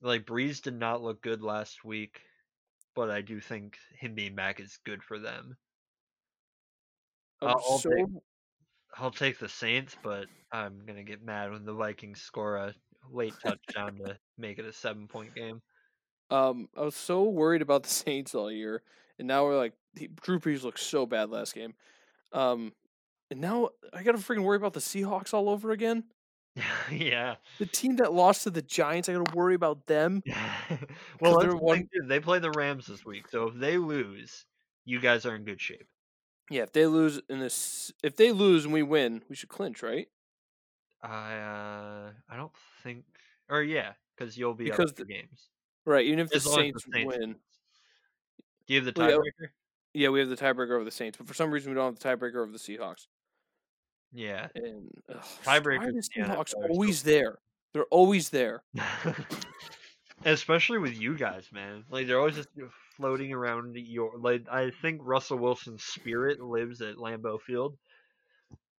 [SPEAKER 2] like Breeze did not look good last week, but I do think him being back is good for them.
[SPEAKER 1] I'm
[SPEAKER 2] I'll- I'll
[SPEAKER 1] so
[SPEAKER 2] pick- I'll take the Saints, but I'm gonna get mad when the Vikings score a late touchdown to make it a seven point game. (laughs)
[SPEAKER 1] um I was so worried about the (laughs) Saints all year, and now we're like he- Drew Brees looked so bad last game. Um, and now I gotta freaking worry about the Seahawks all over again.
[SPEAKER 2] yeah. (laughs)
[SPEAKER 1] The team that lost to the Giants, I got to worry about them.
[SPEAKER 2] well,
[SPEAKER 1] they're
[SPEAKER 2] that's the
[SPEAKER 1] one-
[SPEAKER 2] thing, too, they play the Rams this week, so if they lose, you guys are in good shape.
[SPEAKER 1] Yeah, if they lose in this, if they lose and we win, we should clinch, right?
[SPEAKER 2] I uh, I don't think, or yeah, because you'll be
[SPEAKER 1] Because
[SPEAKER 2] up for games.
[SPEAKER 1] Right. Even if the
[SPEAKER 2] As long as
[SPEAKER 1] Saints, win,
[SPEAKER 2] Do you have the
[SPEAKER 1] Well, yeah.
[SPEAKER 2] tiebreaker?
[SPEAKER 1] yeah, we have the tiebreaker over the Saints. But for some reason, we don't have the tiebreaker over the Seahawks.
[SPEAKER 2] Yeah. (laughs)
[SPEAKER 1] And ugh,
[SPEAKER 2] Tiebreakers
[SPEAKER 1] Why are the
[SPEAKER 2] in the NFL
[SPEAKER 1] Seahawks
[SPEAKER 2] are so-
[SPEAKER 1] always there? They're always there.
[SPEAKER 2] Especially with you guys, man. Like they're always just floating around your like I think Russell Wilson's spirit lives at Lambeau Field.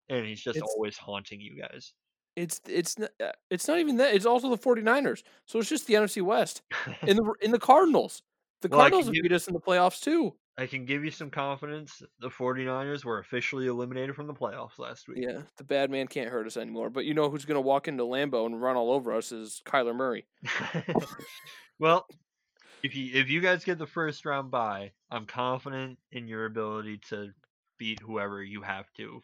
[SPEAKER 2] And he's just
[SPEAKER 1] It's-
[SPEAKER 2] always haunting you guys.
[SPEAKER 1] It's it's n- uh, it's not even that. It's also the 49ers. So it's just the NFC (laughs) West and the in the Cardinals. The
[SPEAKER 2] Well, I can
[SPEAKER 1] Cardinals have
[SPEAKER 2] give-
[SPEAKER 1] beat us in the playoffs too.
[SPEAKER 2] (laughs) I can give you some confidence. The 49ers were officially eliminated from the playoffs last week.
[SPEAKER 1] Yeah, the bad man can't hurt us anymore. But you know who's going to walk into Lambeau and run all over us is Kyler Murray.
[SPEAKER 2] (laughs) well, if you if you guys get the first round bye, I'm confident in your ability to beat whoever you have to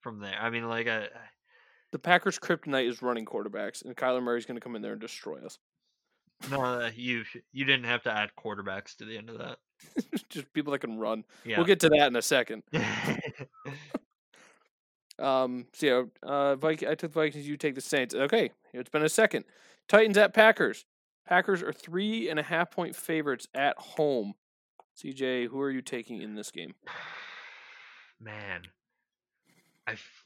[SPEAKER 2] from there. I mean, like I,
[SPEAKER 1] The Packers' kryptonite is running quarterbacks, and Kyler Murray's going to come in there and destroy us. (laughs)
[SPEAKER 2] no, uh, you you didn't have to add quarterbacks to the end of that.
[SPEAKER 1] just people that can run.
[SPEAKER 2] Yeah.
[SPEAKER 1] We'll get to that in a second. Um, so yeah, uh, Vik- I took Vikings. You take the Saints. Okay, it's been a second. Titans at Packers. Packers are three and a half point favorites at home. CJ, who are you taking in this game?
[SPEAKER 2] (laughs) Man, I f-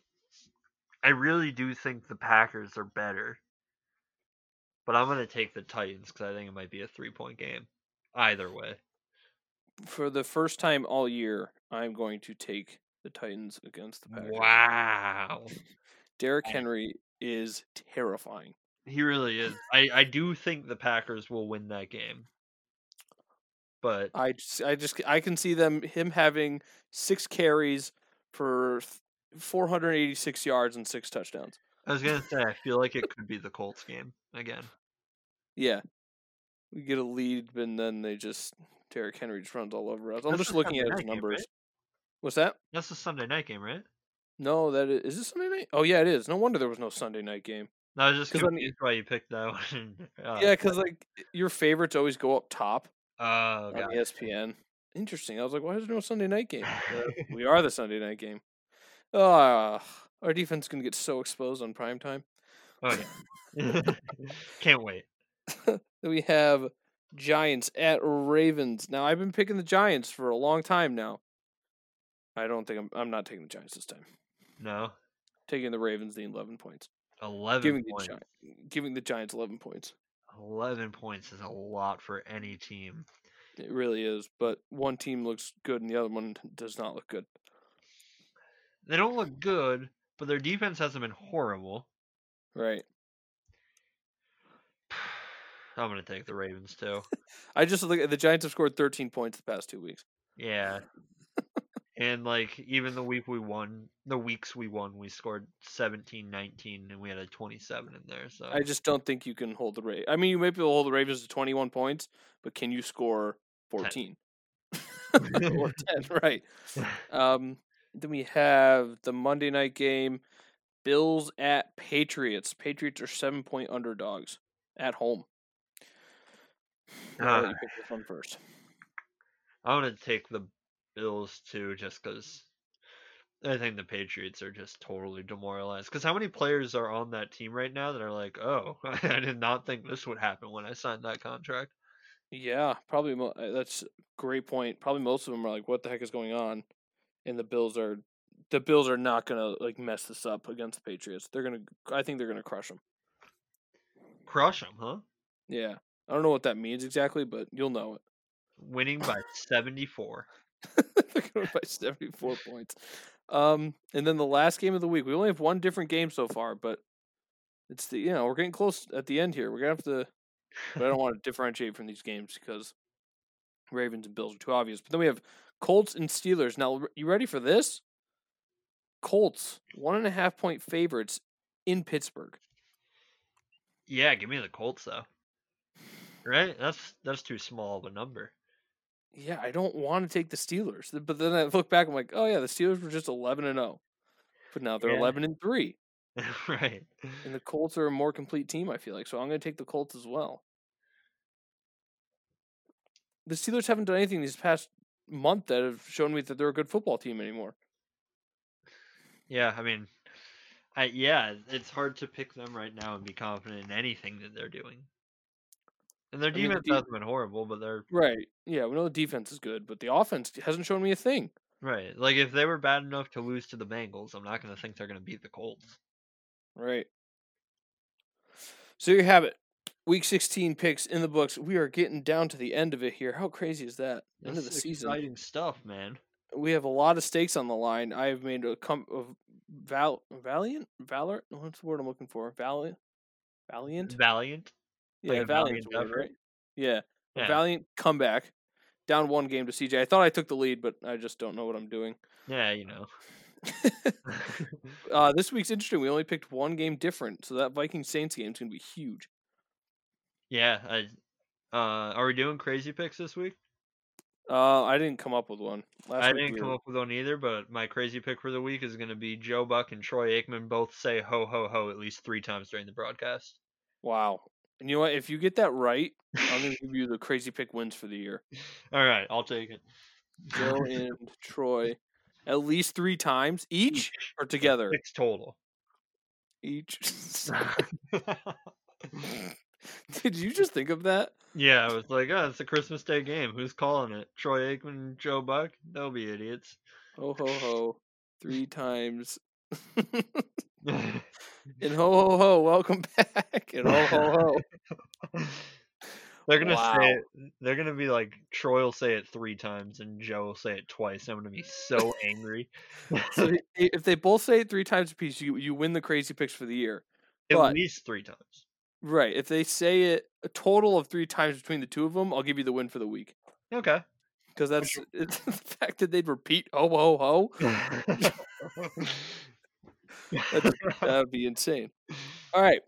[SPEAKER 2] I really do think the Packers are better, but I'm gonna take the Titans because I think it might be a three point game. Either way,
[SPEAKER 1] For the first time all year, I'm going to take the Titans against the Packers.
[SPEAKER 2] wow.
[SPEAKER 1] Derrick
[SPEAKER 2] I-
[SPEAKER 1] Henry is terrifying.
[SPEAKER 2] He really is. I, I do think the Packers will win that game. But
[SPEAKER 1] I just, I just I can see them him having six carries for 486 yards and six touchdowns.
[SPEAKER 2] I
[SPEAKER 1] (laughs)
[SPEAKER 2] was gonna say I feel like it could be the Colts game again.
[SPEAKER 1] Yeah. We get a lead, and then they just Derrick Henry just runs all over us. I'm
[SPEAKER 2] That's
[SPEAKER 1] just
[SPEAKER 2] the
[SPEAKER 1] looking at
[SPEAKER 2] Sunday
[SPEAKER 1] his
[SPEAKER 2] night game, right?
[SPEAKER 1] numbers. What's that?
[SPEAKER 2] That's the Sunday night game, right?
[SPEAKER 1] No, that is, is this Sunday night? Oh yeah, it is. No wonder there was no Sunday night game.
[SPEAKER 2] No, I was just
[SPEAKER 1] 'Cause then-
[SPEAKER 2] confused why you picked that one. (laughs) uh,
[SPEAKER 1] Yeah, because like your favorites always go up top
[SPEAKER 2] Oh
[SPEAKER 1] on E
[SPEAKER 2] god.
[SPEAKER 1] ESPN. Interesting. I was like, why is there no Sunday night
[SPEAKER 2] (laughs)
[SPEAKER 1] game? we are the Sunday night game. Ah, our defense is gonna get so exposed on prime time.
[SPEAKER 2] Oh, yeah. (laughs) Can't wait.
[SPEAKER 1] Then we have Giants at Ravens. Now I've been picking the Giants for a long time now. I don't think I'm. I'm not taking the Giants this time.
[SPEAKER 2] No.
[SPEAKER 1] taking the Ravens the 11 points,
[SPEAKER 2] Eleven
[SPEAKER 1] giving
[SPEAKER 2] points.
[SPEAKER 1] the Gi- giving the Giants 11 points.
[SPEAKER 2] Eleven points is a lot for any team.
[SPEAKER 1] It really is, but one team looks good and the other one does not look good.
[SPEAKER 2] They don't look good, but their defense hasn't been horrible. (sighs)
[SPEAKER 1] Right.
[SPEAKER 2] I'm gonna take the Ravens too.
[SPEAKER 1] I just look at the Giants have scored 13 points the past 2 weeks.
[SPEAKER 2] Yeah. and like even the week we won, the weeks we won, we scored 17 19 and we had a 27 in there. So
[SPEAKER 1] I just don't think you can hold the Ra- I mean, you may be able to hold the Ravens to 21 points, but can you score 14? (laughs) or 10, right. Um, then we have the Monday night game, Bills at Patriots. Patriots are 7 point underdogs at home. I'll let
[SPEAKER 2] Uh,
[SPEAKER 1] you pick this one first.
[SPEAKER 2] I'm going to take the Bills too just cuz I think the Patriots are just totally demoralized. Because how many players are on that team right now that are like, oh, (laughs) I did not think this would happen when I signed that contract?
[SPEAKER 1] Yeah, probably. Mo- uh, that's a great point. Probably most of them are like, "What the heck is going on?" And the Bills are, the Bills are not gonna like mess this up against the Patriots. They're gonna, I think they're gonna crush them.
[SPEAKER 2] Crush them, huh?
[SPEAKER 1] Yeah, I don't know what that means exactly, but you'll know it. (laughs)
[SPEAKER 2] Winning by 74.
[SPEAKER 1] they're gonna win by seventy-four points. Um, and then the last game of the week, we only have one different game so far, but it's the you know we're getting close at the end here. We're gonna have to but I don't want to differentiate from these games because Ravens and Bills are too obvious. But then we have Colts and Steelers. Now, r- you ready for this? Colts, one and a half point favorites in Pittsburgh.
[SPEAKER 2] Yeah, give me the Colts though. Right? That's that's too small of a number. (laughs)
[SPEAKER 1] Yeah, I don't want to take the Steelers. Th- But then I look back, I'm like, oh, yeah, the Steelers were just 11 and 0. But now they're
[SPEAKER 2] Yeah.
[SPEAKER 1] 11 and 3.
[SPEAKER 2] right.
[SPEAKER 1] And
[SPEAKER 2] (sighs)
[SPEAKER 1] the Colts are a more complete team, I feel like. So I'm going to take the Colts as well. The Steelers haven't done anything these past month that have shown me that they're a good football team anymore.
[SPEAKER 2] Yeah, I mean I yeah, it's hard to pick them right now and be confident in anything that they're doing. And their
[SPEAKER 1] I mean, the
[SPEAKER 2] defense
[SPEAKER 1] de-
[SPEAKER 2] hasn't been horrible, but they're
[SPEAKER 1] Right. Yeah, we know the defense is good, but the offense hasn't shown me a thing.
[SPEAKER 2] Right. Like if they were bad enough to lose to the Bengals, I'm not going to think they're going to beat the Colts.
[SPEAKER 1] Right. So you have it. Week 16 picks in the books. We are getting down to the end of it here. How crazy is that? End of the
[SPEAKER 2] This is
[SPEAKER 1] season.
[SPEAKER 2] Exciting stuff, man.
[SPEAKER 1] We have a lot of stakes on the line. I have made a com- of val- valiant, valor. What's the word I'm looking for? Valiant, valiant.
[SPEAKER 2] Valiant.
[SPEAKER 1] Yeah,
[SPEAKER 2] a
[SPEAKER 1] valiant.
[SPEAKER 2] valiant effort.
[SPEAKER 1] Right? Yeah, a
[SPEAKER 2] Yeah.
[SPEAKER 1] valiant comeback. Down one game to CJ. I thought I took the lead, but I just don't know what I'm doing.
[SPEAKER 2] yeah, you
[SPEAKER 1] (laughs)
[SPEAKER 2] know. (laughs)
[SPEAKER 1] Uh, this week's interesting. We only picked one game different, so that Viking Saints game is going to be huge.
[SPEAKER 2] yeah, I uh are we doing crazy picks this week?
[SPEAKER 1] Uh, I didn't come up with one. Last
[SPEAKER 2] I
[SPEAKER 1] week
[SPEAKER 2] didn't
[SPEAKER 1] we
[SPEAKER 2] come
[SPEAKER 1] were-
[SPEAKER 2] up with one either, but my crazy pick for the week is going to be Joe Buck and Troy Aikman both say ho ho ho at least 3 times during the broadcast.
[SPEAKER 1] Wow. And you know what? If you get that right, I'm going to give you the crazy pick wins for the year.
[SPEAKER 2] All right, I'll take it. (laughs)
[SPEAKER 1] Joe and Troy, at least three times each or
[SPEAKER 2] (laughs)
[SPEAKER 1] together (laughs)
[SPEAKER 2] Six total.
[SPEAKER 1] each. (laughs) Did you just think of that?
[SPEAKER 2] yeah, I was like, oh, it's a Christmas Day game. Who's calling it? Troy Aikman and Joe Buck? They'll be idiots. (laughs)
[SPEAKER 1] Ho ho ho, three times. (laughs) and ho ho ho, welcome (laughs) back. And ho ho ho.
[SPEAKER 2] they're gonna say
[SPEAKER 1] Wow.
[SPEAKER 2] it, they're gonna be like Troy will say it three times and Joe will say it twice. I'm gonna be so
[SPEAKER 1] (laughs)
[SPEAKER 2] angry.
[SPEAKER 1] So i- if they both say it three times apiece, you you win the crazy picks for the year.
[SPEAKER 2] At
[SPEAKER 1] But-
[SPEAKER 2] least three times.
[SPEAKER 1] Right. If they say it a total of three times between the two of them, I'll give you the win for the week. (laughs)
[SPEAKER 2] Okay. (laughs)
[SPEAKER 1] Because that's it's (laughs) the fact that they'd repeat ho ho ho. That would be insane. All right.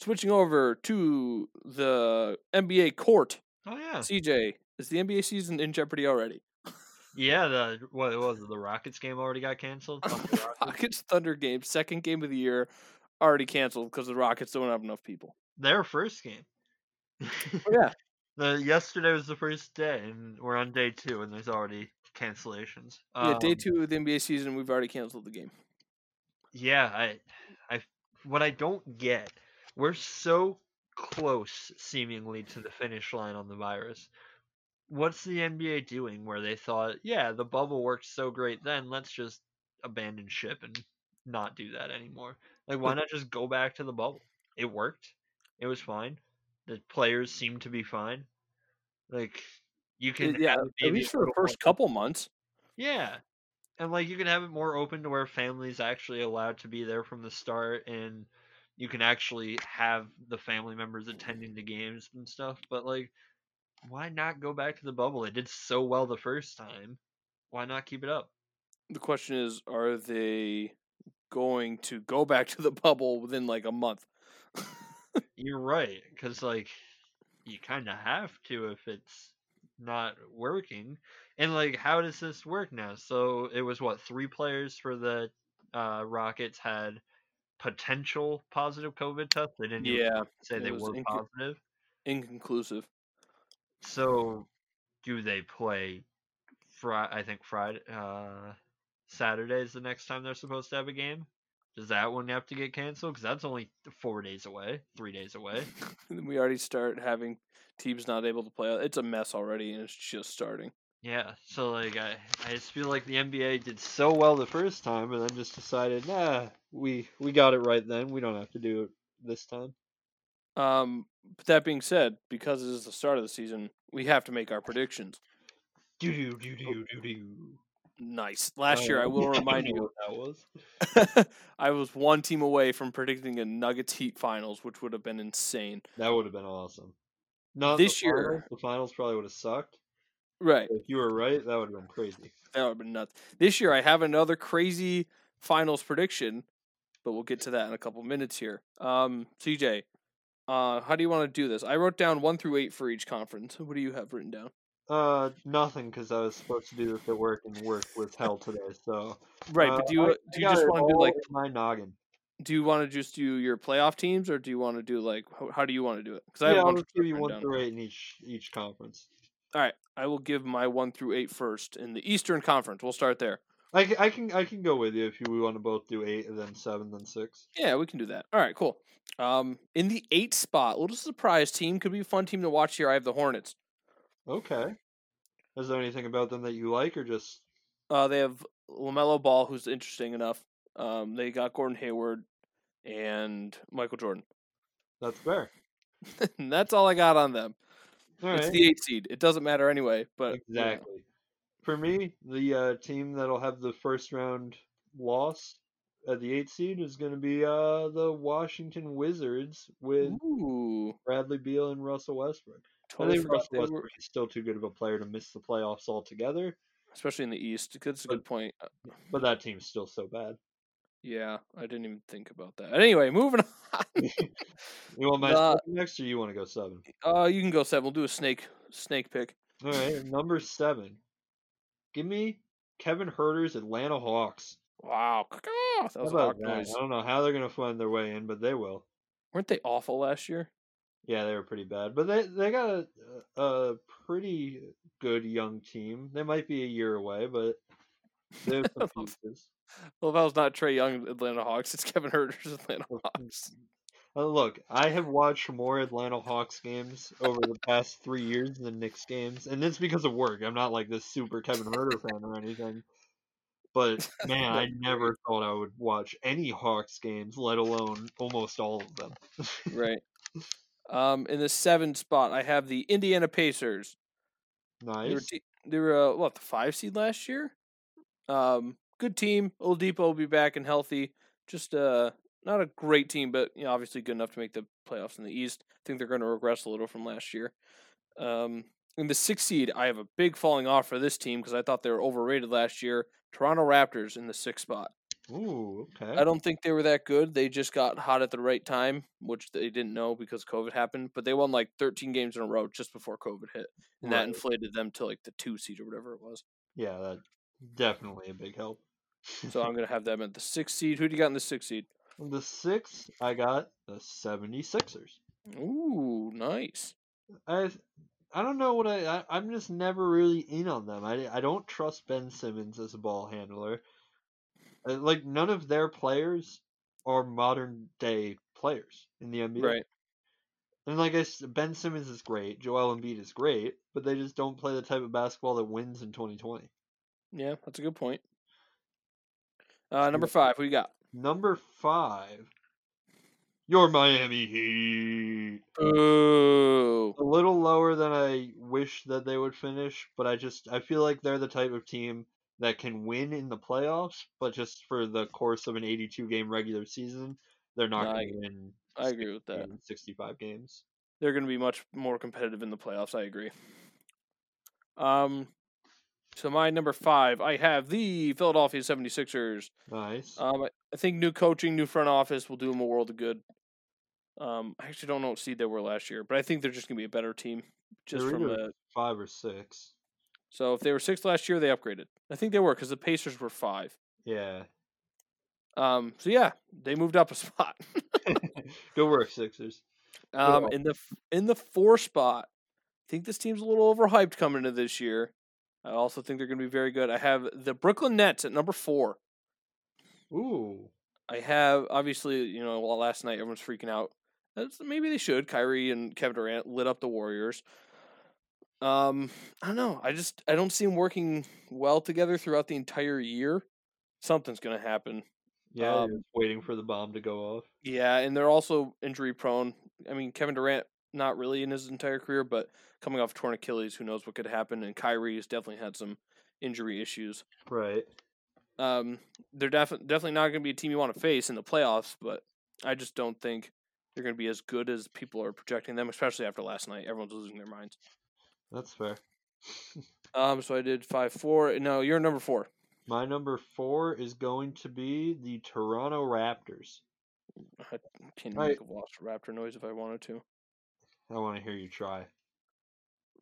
[SPEAKER 1] Switching over to the NBA court.
[SPEAKER 2] oh yeah.
[SPEAKER 1] CJ, is the NBA season in jeopardy already?
[SPEAKER 2] Yeah, the what was it, the Rockets game already got canceled?
[SPEAKER 1] (laughs)
[SPEAKER 2] Fuck the Rockets.
[SPEAKER 1] Rockets Thunder game, second game of the year, already canceled because the Rockets don't have enough people.
[SPEAKER 2] Their first game.
[SPEAKER 1] Oh, yeah.
[SPEAKER 2] (laughs) The yesterday was the first day and we're on day two and there's already cancellations.
[SPEAKER 1] Yeah, day
[SPEAKER 2] Um,
[SPEAKER 1] two of the NBA season, we've already canceled the game.
[SPEAKER 2] Yeah, I, I, what I don't get, we're so close seemingly to the finish line on the virus. What's the NBA doing where they thought, yeah, the bubble worked so great then, let's just abandon ship and not do that anymore? Like, why not just go back to the bubble? It worked. It was fine. The players seemed to be fine. Like, you can
[SPEAKER 1] yeah,
[SPEAKER 2] have it be
[SPEAKER 1] at
[SPEAKER 2] a
[SPEAKER 1] least for the
[SPEAKER 2] little more
[SPEAKER 1] first couple months.
[SPEAKER 2] yeah. And like you can have it more open to where families actually allowed to be there from the start and you can actually have the family members attending the games and stuff, but like why not go back to the bubble? It did so well the first time. Why not keep it up?
[SPEAKER 1] The question is, are they going to go back to the bubble within like a month?
[SPEAKER 2] You're right, cuz like you kind of have to if it's not working. And like how does this work now? So it was what three players for the uh Rockets had potential positive COVID test. They
[SPEAKER 1] (laughs)
[SPEAKER 2] didn't even
[SPEAKER 1] yeah,
[SPEAKER 2] say
[SPEAKER 1] it
[SPEAKER 2] they
[SPEAKER 1] was
[SPEAKER 2] were
[SPEAKER 1] inco-
[SPEAKER 2] positive.
[SPEAKER 1] inconclusive.
[SPEAKER 2] So do they play Fri? I think Friday uh Saturday is the next time they're supposed to have a game. Does that one have to get canceled? Because that's only four days away, three days away.
[SPEAKER 1] (laughs) And then we already start having teams not able to play. It's a mess already, and it's just starting.
[SPEAKER 2] Yeah, so like I, I just feel like the NBA did so well the first time, and then just decided, nah, we we got it right then. We don't have to do it this time.
[SPEAKER 1] Um, but that being said, because it is the start of the season, we have to make our predictions.
[SPEAKER 2] Do do do do do do.
[SPEAKER 1] Nice. Last year, I will remind
[SPEAKER 2] know
[SPEAKER 1] you,
[SPEAKER 2] (laughs)
[SPEAKER 1] (laughs)
[SPEAKER 2] what that was.
[SPEAKER 1] I was one team away from predicting a Nuggets Heat finals, which would have been insane.
[SPEAKER 2] That would have been awesome. Not
[SPEAKER 1] This
[SPEAKER 2] the finals,
[SPEAKER 1] year-
[SPEAKER 2] the finals probably would have sucked.
[SPEAKER 1] Right.
[SPEAKER 2] but If you were right, that would have been crazy.
[SPEAKER 1] That would have been nuts. This year, I have another crazy finals prediction, but we'll get to that in a couple minutes here. Um, CJ, uh, how do you want to do this? I wrote down one through eight for each conference. What do you have written down?
[SPEAKER 2] Uh, nothing because I was supposed to do this at work, and work was hell today. So
[SPEAKER 1] Right,
[SPEAKER 2] uh,
[SPEAKER 1] but do you do
[SPEAKER 2] I- I
[SPEAKER 1] you
[SPEAKER 2] got
[SPEAKER 1] just
[SPEAKER 2] it
[SPEAKER 1] want to do
[SPEAKER 2] all
[SPEAKER 1] like
[SPEAKER 2] in my noggin?
[SPEAKER 1] do you want to just do your playoff teams or do you want to do like how, how do you want to do it? Because I have
[SPEAKER 2] yeah,
[SPEAKER 1] one
[SPEAKER 2] I'll
[SPEAKER 1] through
[SPEAKER 2] give
[SPEAKER 1] eight
[SPEAKER 2] you
[SPEAKER 1] written
[SPEAKER 2] one
[SPEAKER 1] down.
[SPEAKER 2] through eight in each each conference.
[SPEAKER 1] All right, I will give my one through eight first in the Eastern Conference. We'll start there.
[SPEAKER 2] I, c- I can I can go with you if you want to both do eight and then seven then six.
[SPEAKER 1] Yeah, we can do that. All right, cool. Um, in the eight spot, little surprise team could be a fun team to watch here. I have the Hornets.
[SPEAKER 2] Okay. Is there anything about them that you like or just
[SPEAKER 1] Uh, they have Lamelo Ball, who's interesting enough. Um, they got Gordon Hayward and Michael Jordan. (laughs)
[SPEAKER 2] That's fair.
[SPEAKER 1] And that's all I got on them.
[SPEAKER 2] All
[SPEAKER 1] It's
[SPEAKER 2] right.
[SPEAKER 1] the uh, eight seed. It doesn't matter anyway. But you know.
[SPEAKER 2] exactly. For me, the uh, team that'll have the first round loss at the eight seed is going to be uh, the Washington Wizards with
[SPEAKER 1] Ooh,
[SPEAKER 2] Bradley Beal and Russell Westbrook.
[SPEAKER 1] totally
[SPEAKER 2] I think
[SPEAKER 1] forgot
[SPEAKER 2] Russell
[SPEAKER 1] they were-
[SPEAKER 2] Westbrook is still too good of a player to miss the playoffs altogether,
[SPEAKER 1] especially in the East. That's a good point. Uh,
[SPEAKER 2] but that team's still so bad. (laughs)
[SPEAKER 1] Yeah, I didn't even think about that. Anyway, moving (laughs) on.
[SPEAKER 2] You want my
[SPEAKER 1] Nah.
[SPEAKER 2] seven next, or you want to go seven?
[SPEAKER 1] uh, you can go seven. We'll do a snake snake pick.
[SPEAKER 2] All right, number seven. Give me Kevin Herter's Atlanta Hawks.
[SPEAKER 1] Wow, (laughs) that was a
[SPEAKER 2] How
[SPEAKER 1] hawk
[SPEAKER 2] about that?
[SPEAKER 1] noise.
[SPEAKER 2] I don't know how they're going to find their way in, but they will.
[SPEAKER 1] Weren't they awful last year?
[SPEAKER 2] Yeah, they were pretty bad, but they they got a, a pretty good young team. They might be a year away, but they have some pieces.
[SPEAKER 1] Well, if that was not Trey Young, Atlanta Hawks. It's Kevin Herter's (laughs) Atlanta Hawks.
[SPEAKER 2] Uh, look, I have watched more Atlanta Hawks games over the past three years than Knicks games, and it's because of work. I'm not like this super Kevin Herter fan or anything. But
[SPEAKER 1] (laughs)
[SPEAKER 2] man, I never thought I would watch any Hawks games, let alone almost all of them.
[SPEAKER 1] right. Um, in the seven spot, I have the Indiana Pacers. They were,
[SPEAKER 2] Nice.
[SPEAKER 1] te- they were uh, what the five seed last year. Um, good team. Oladipo will be back and healthy. Just uh, not a great team, but you know, obviously good enough to make the playoffs in the East. I think they're going to regress a little from last year. Um, in the six seed, I have a big falling off for this team because I thought they were overrated last year. Toronto Raptors in the sixth spot.
[SPEAKER 2] Ooh, okay.
[SPEAKER 1] I don't think they were that good. They just got hot at the right time, which they didn't know because COVID happened. But they won like 13 games in a row just before COVID hit, and that
[SPEAKER 2] Right.
[SPEAKER 1] inflated them to like the two seed or whatever it was.
[SPEAKER 2] Yeah, that definitely a big help.
[SPEAKER 1] So
[SPEAKER 2] (laughs)
[SPEAKER 1] I'm gonna have them at the six seed. Who do you got in the six seed?
[SPEAKER 2] The sixth, I got the 76ers.
[SPEAKER 1] Ooh, nice.
[SPEAKER 2] I I don't know what I, I I'm just never really in on them. I I don't trust Ben Simmons as a ball handler. Uh, Like none of their players are modern day players in the NBA.
[SPEAKER 1] Right.
[SPEAKER 2] And like I s Ben Simmons is great, Joel Embiid is great, but they just don't play the type of basketball that wins in 2020.
[SPEAKER 1] Yeah, that's a good point. Uh, number five, who you got?
[SPEAKER 2] Number five, your Miami Heat.
[SPEAKER 1] Ooh.
[SPEAKER 2] a little lower than I wish that they would finish, but I just I feel like they're the type of team that can win in the playoffs, but just for the course of an 82 game regular season, they're not
[SPEAKER 1] No, I-
[SPEAKER 2] going to win
[SPEAKER 1] I agree with that.
[SPEAKER 2] 60 65 games.
[SPEAKER 1] They're gonna be much more competitive in the playoffs. I agree. Um, so my number five, I have the Philadelphia 76ers.
[SPEAKER 2] Nice.
[SPEAKER 1] Um, I- I think new coaching, new front office will do them a world of good. Um, I actually don't know what seed they were last year, but I think they're just gonna be a better team. Just
[SPEAKER 2] They're
[SPEAKER 1] from
[SPEAKER 2] either
[SPEAKER 1] a,
[SPEAKER 2] five or six.
[SPEAKER 1] so if they were sixth last year, they upgraded. I think they were because the Pacers were five.
[SPEAKER 2] Yeah.
[SPEAKER 1] Um, so yeah, they moved up a (laughs) spot.
[SPEAKER 2] Good work, Sixers.
[SPEAKER 1] Um,
[SPEAKER 2] Cool.
[SPEAKER 1] in the f- in the four spot, I think this team's a little overhyped coming into this year. I also think they're going to be very good. I have the Brooklyn Nets at number four.
[SPEAKER 2] Ooh.
[SPEAKER 1] I have obviously, you know, well, last night everyone's freaking out. That's, maybe they should. Kyrie and Kevin Durant lit up the Warriors. Um, I don't know. I just I don't see them working well together throughout the entire year. Something's going to happen.
[SPEAKER 2] Yeah,
[SPEAKER 1] Um,
[SPEAKER 2] you're just waiting for the bomb to go off.
[SPEAKER 1] Yeah, and they're also injury prone. I mean, Kevin Durant not really in his entire career, but coming off torn Achilles, who knows what could happen? And Kyrie's definitely had some injury issues.
[SPEAKER 2] Right.
[SPEAKER 1] Um, they're def- definitely not going to be a team you want to face in the playoffs, but I just don't think they're going to be as good as people are projecting them, especially after last night. Everyone's losing their minds.
[SPEAKER 2] That's fair.
[SPEAKER 1] Um, so I did five four. No, you're number four.
[SPEAKER 2] My number 4 is going to be the Toronto Raptors.
[SPEAKER 1] Can
[SPEAKER 2] Right.
[SPEAKER 1] make a Velociraptor noise if I wanted to.
[SPEAKER 2] I want to hear you try.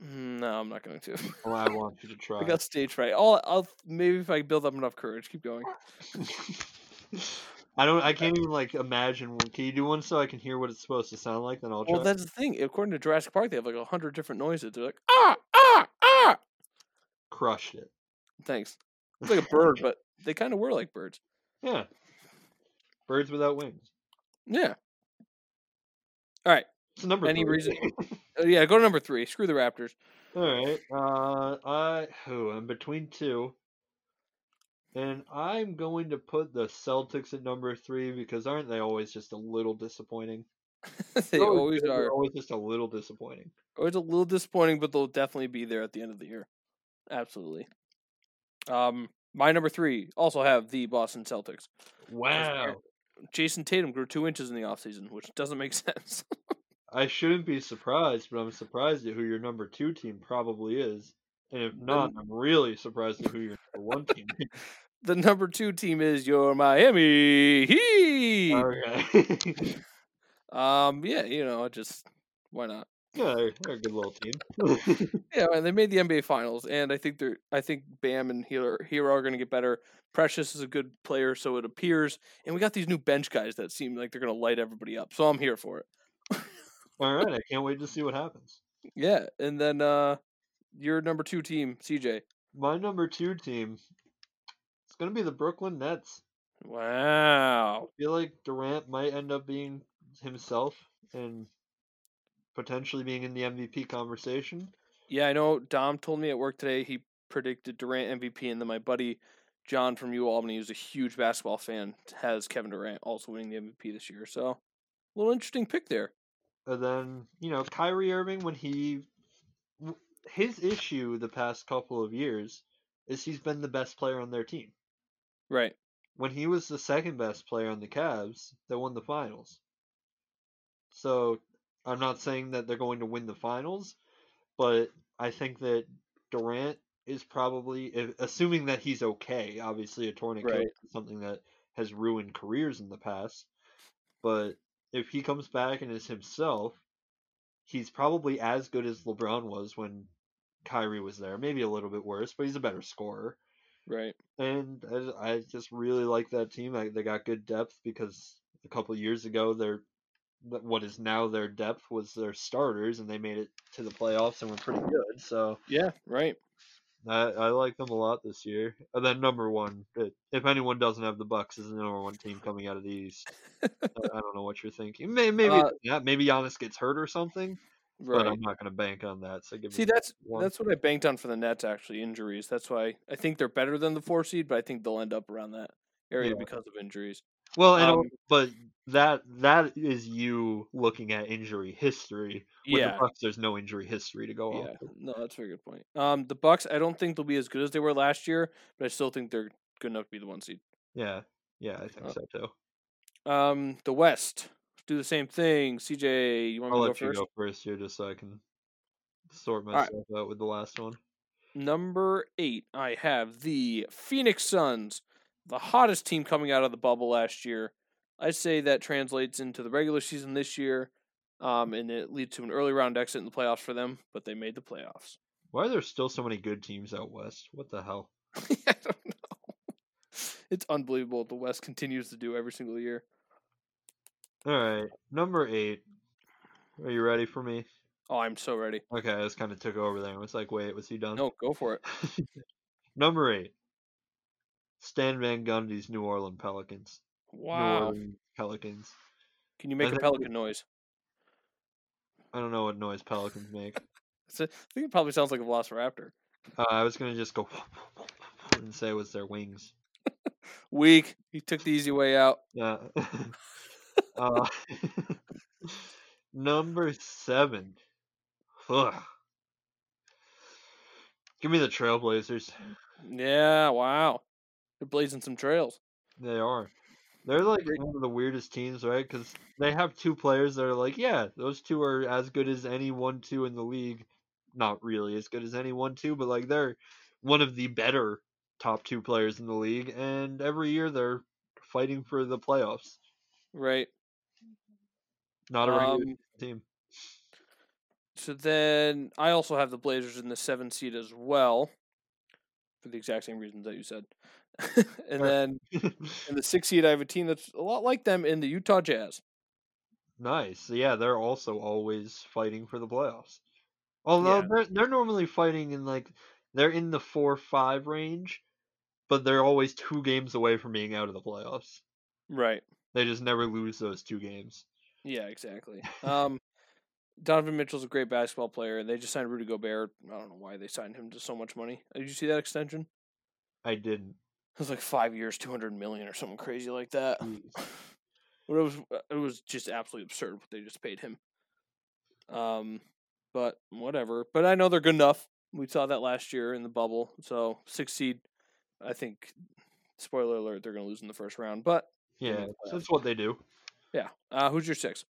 [SPEAKER 1] Mm, No, I'm not going to.
[SPEAKER 2] Well, I want you to
[SPEAKER 1] (laughs)
[SPEAKER 2] try.
[SPEAKER 1] I got stage fright. I'll, I'll maybe if I build up enough courage, keep going.
[SPEAKER 2] I don't. I can't even like imagine. One. Can you do one so I can hear what it's supposed to sound like? Then I'll try.
[SPEAKER 1] Well, that's the thing. According to Jurassic Park, they have like a hundred different noises. They're like ah ah ah.
[SPEAKER 2] Crushed it.
[SPEAKER 1] Thanks. It's like a bird, but they kind of were like birds.
[SPEAKER 2] Yeah. Birds without wings.
[SPEAKER 1] Yeah.
[SPEAKER 2] It's number.
[SPEAKER 1] Any
[SPEAKER 2] three. (laughs)
[SPEAKER 1] reason? Uh, yeah. Go to number three. Screw the Raptors.
[SPEAKER 2] All right. Uh, I who I'm between two. And I'm going to put the Celtics at number three because aren't they always just a little disappointing?
[SPEAKER 1] (laughs) they
[SPEAKER 2] They're
[SPEAKER 1] always
[SPEAKER 2] they're
[SPEAKER 1] are.
[SPEAKER 2] Always just a little disappointing.
[SPEAKER 1] Always a little disappointing, but they'll definitely be there at the end of the year. Absolutely. Um, my number three also have the Boston Celtics.
[SPEAKER 2] Wow.
[SPEAKER 1] Jason Tatum grew two inches in the offseason, which doesn't make (laughs) sense.
[SPEAKER 2] I shouldn't be surprised, but I'm surprised at who your number two team probably is. And if not, I'm really surprised at who your number one team is.
[SPEAKER 1] the number two team is your Miami Heat.
[SPEAKER 2] Okay.
[SPEAKER 1] Um, yeah, you know, I just why not?
[SPEAKER 2] (laughs) yeah, they're, they're a good little team.
[SPEAKER 1] Yeah, and they made the NBA Finals, and I think they're. I think Bam and Hero, Hero are going to get better. Precious is a good player, so it appears. And we got these new bench guys that seem like they're going to light everybody up. So I'm here for it.
[SPEAKER 2] All right, I can't wait to see what happens.
[SPEAKER 1] Yeah, and then uh your number two team, CJ.
[SPEAKER 2] My number two team, it's gonna be the Brooklyn Nets.
[SPEAKER 1] Wow.
[SPEAKER 2] I feel like Durant might end up being himself and potentially being in the MVP conversation.
[SPEAKER 1] Yeah, I know. Dom told me at work today he predicted Durant MVP, and then my buddy John from U Albany, who's a huge basketball fan, has Kevin Durant also winning the MVP this year. So, a little interesting pick there.
[SPEAKER 2] And then, you know, Kyrie Irving, when he. His issue the past couple of years is he's been the best player on their team.
[SPEAKER 1] Right.
[SPEAKER 2] When he was the second best player on the Cavs, they won the finals. So I'm not saying that they're going to win the finals, but I think that Durant is probably, if, assuming that he's okay, obviously a torn Achilles
[SPEAKER 1] Right.
[SPEAKER 2] is something that has ruined careers in the past. But if he comes back and is himself, he's probably as good as LeBron was when Kyrie was there. Maybe a little bit worse, but he's a better scorer.
[SPEAKER 1] Right.
[SPEAKER 2] And I, I just really like that team. I, they got good depth because a couple years ago, their th- what is now their depth was their starters, and they made it to the playoffs and were pretty good. So
[SPEAKER 1] Yeah. Right.
[SPEAKER 2] I, I like them a lot this year. And then number one, i- if anyone doesn't have the Bucks, is the number one team coming out of the East. I, I don't know what you're thinking. Maybe maybe
[SPEAKER 1] (laughs) Uh,
[SPEAKER 2] yeah, maybe Giannis gets hurt or something, but
[SPEAKER 1] Right.
[SPEAKER 2] I'm not going to bank on that. So give
[SPEAKER 1] See,
[SPEAKER 2] me
[SPEAKER 1] that's
[SPEAKER 2] one.
[SPEAKER 1] that's what I banked on for the Nets. Actually, injuries. That's why I think they're better than the four seed, but I think they'll end up around that area
[SPEAKER 2] Yeah.
[SPEAKER 1] because of injuries.
[SPEAKER 2] Well, and
[SPEAKER 1] Um,
[SPEAKER 2] al- but that that is you looking at injury history. With
[SPEAKER 1] yeah.
[SPEAKER 2] the Bucks, there's no injury history to go
[SPEAKER 1] Yeah,
[SPEAKER 2] off. of.
[SPEAKER 1] no, that's a very good point. Um, the Bucks, I don't think they'll be as good as they were last year, but I still think they're good enough to be the one seed.
[SPEAKER 2] Yeah, yeah, I think
[SPEAKER 1] Uh,
[SPEAKER 2] so too.
[SPEAKER 1] Um, the West do the same thing. CJ, you want
[SPEAKER 2] I'll
[SPEAKER 1] me to go
[SPEAKER 2] let you
[SPEAKER 1] first?
[SPEAKER 2] go first here, just so I can sort
[SPEAKER 1] right.
[SPEAKER 2] myself out with the last one.
[SPEAKER 1] Number eight, I have the Phoenix Suns, the hottest team coming out of the bubble last year. I say that translates into the regular season this year, um, and it leads to an early round exit in the playoffs for them. But they made the playoffs. (laughs)
[SPEAKER 2] Why are there still so many good teams out west? What the hell?
[SPEAKER 1] I don't know. It's unbelievable. what The West continues to do every single year.
[SPEAKER 2] All right, number eight. Are you ready for me?
[SPEAKER 1] Oh, I'm so ready.
[SPEAKER 2] Okay, I just kind of took over there and was like, wait, was he done?
[SPEAKER 1] No, go for it.
[SPEAKER 2] number eight. Stan Van Gundy's New Orleans Pelicans. New
[SPEAKER 1] Wow.
[SPEAKER 2] Orleans Pelicans.
[SPEAKER 1] Can you make a
[SPEAKER 2] think-
[SPEAKER 1] pelican noise?
[SPEAKER 2] I don't know what noise pelicans make.
[SPEAKER 1] It's a- I think it probably sounds like a velociraptor.
[SPEAKER 2] Uh, I was gonna just go (laughs) and say it was their wings.
[SPEAKER 1] Weak. He took the easy way out. (laughs)
[SPEAKER 2] Yeah. (laughs) uh, (laughs) number seven. Ugh. Give me the Trailblazers.
[SPEAKER 1] Yeah, wow. They're blazing some trails.
[SPEAKER 2] They are. They're like
[SPEAKER 1] Great.
[SPEAKER 2] one of the weirdest teams, right? Because they have two players that are like, yeah, those two are as good as any one two in the league. Not really as good as any one two, but like they're one of the better top two players in the league, and every year they're fighting for the playoffs.
[SPEAKER 1] Right.
[SPEAKER 2] Not a regular
[SPEAKER 1] Um,
[SPEAKER 2] team.
[SPEAKER 1] so then I also have the Blazers in the seven seed as well. For the exact same reasons that you said. (laughs) and
[SPEAKER 2] Sure.
[SPEAKER 1] then
[SPEAKER 2] (laughs)
[SPEAKER 1] in the six seed I have a team that's a lot like them in the Utah Jazz.
[SPEAKER 2] nice. Yeah, they're also always fighting for the playoffs. Although
[SPEAKER 1] Yeah.
[SPEAKER 2] they're they're normally fighting in like they're in the four five range, but they're always two games away from being out of the playoffs.
[SPEAKER 1] Right.
[SPEAKER 2] They just never lose those two games.
[SPEAKER 1] Yeah, exactly. Um, Donovan Mitchell's a great basketball player, and they just signed Rudy Gobert. I don't know why they signed him to so much money. Did you see that extension?
[SPEAKER 2] I didn't.
[SPEAKER 1] was like five years, two hundred million or something crazy like that.
[SPEAKER 2] Jeez.
[SPEAKER 1] But it was uh, it was just absolutely absurd what they just paid him. Um, but whatever. But I know they're good enough. We saw that last year in the bubble. So six seed, I think. Spoiler alert: they're going to lose in the first round. But
[SPEAKER 2] Yeah, so that's what they do.
[SPEAKER 1] yeah, uh, who's your six?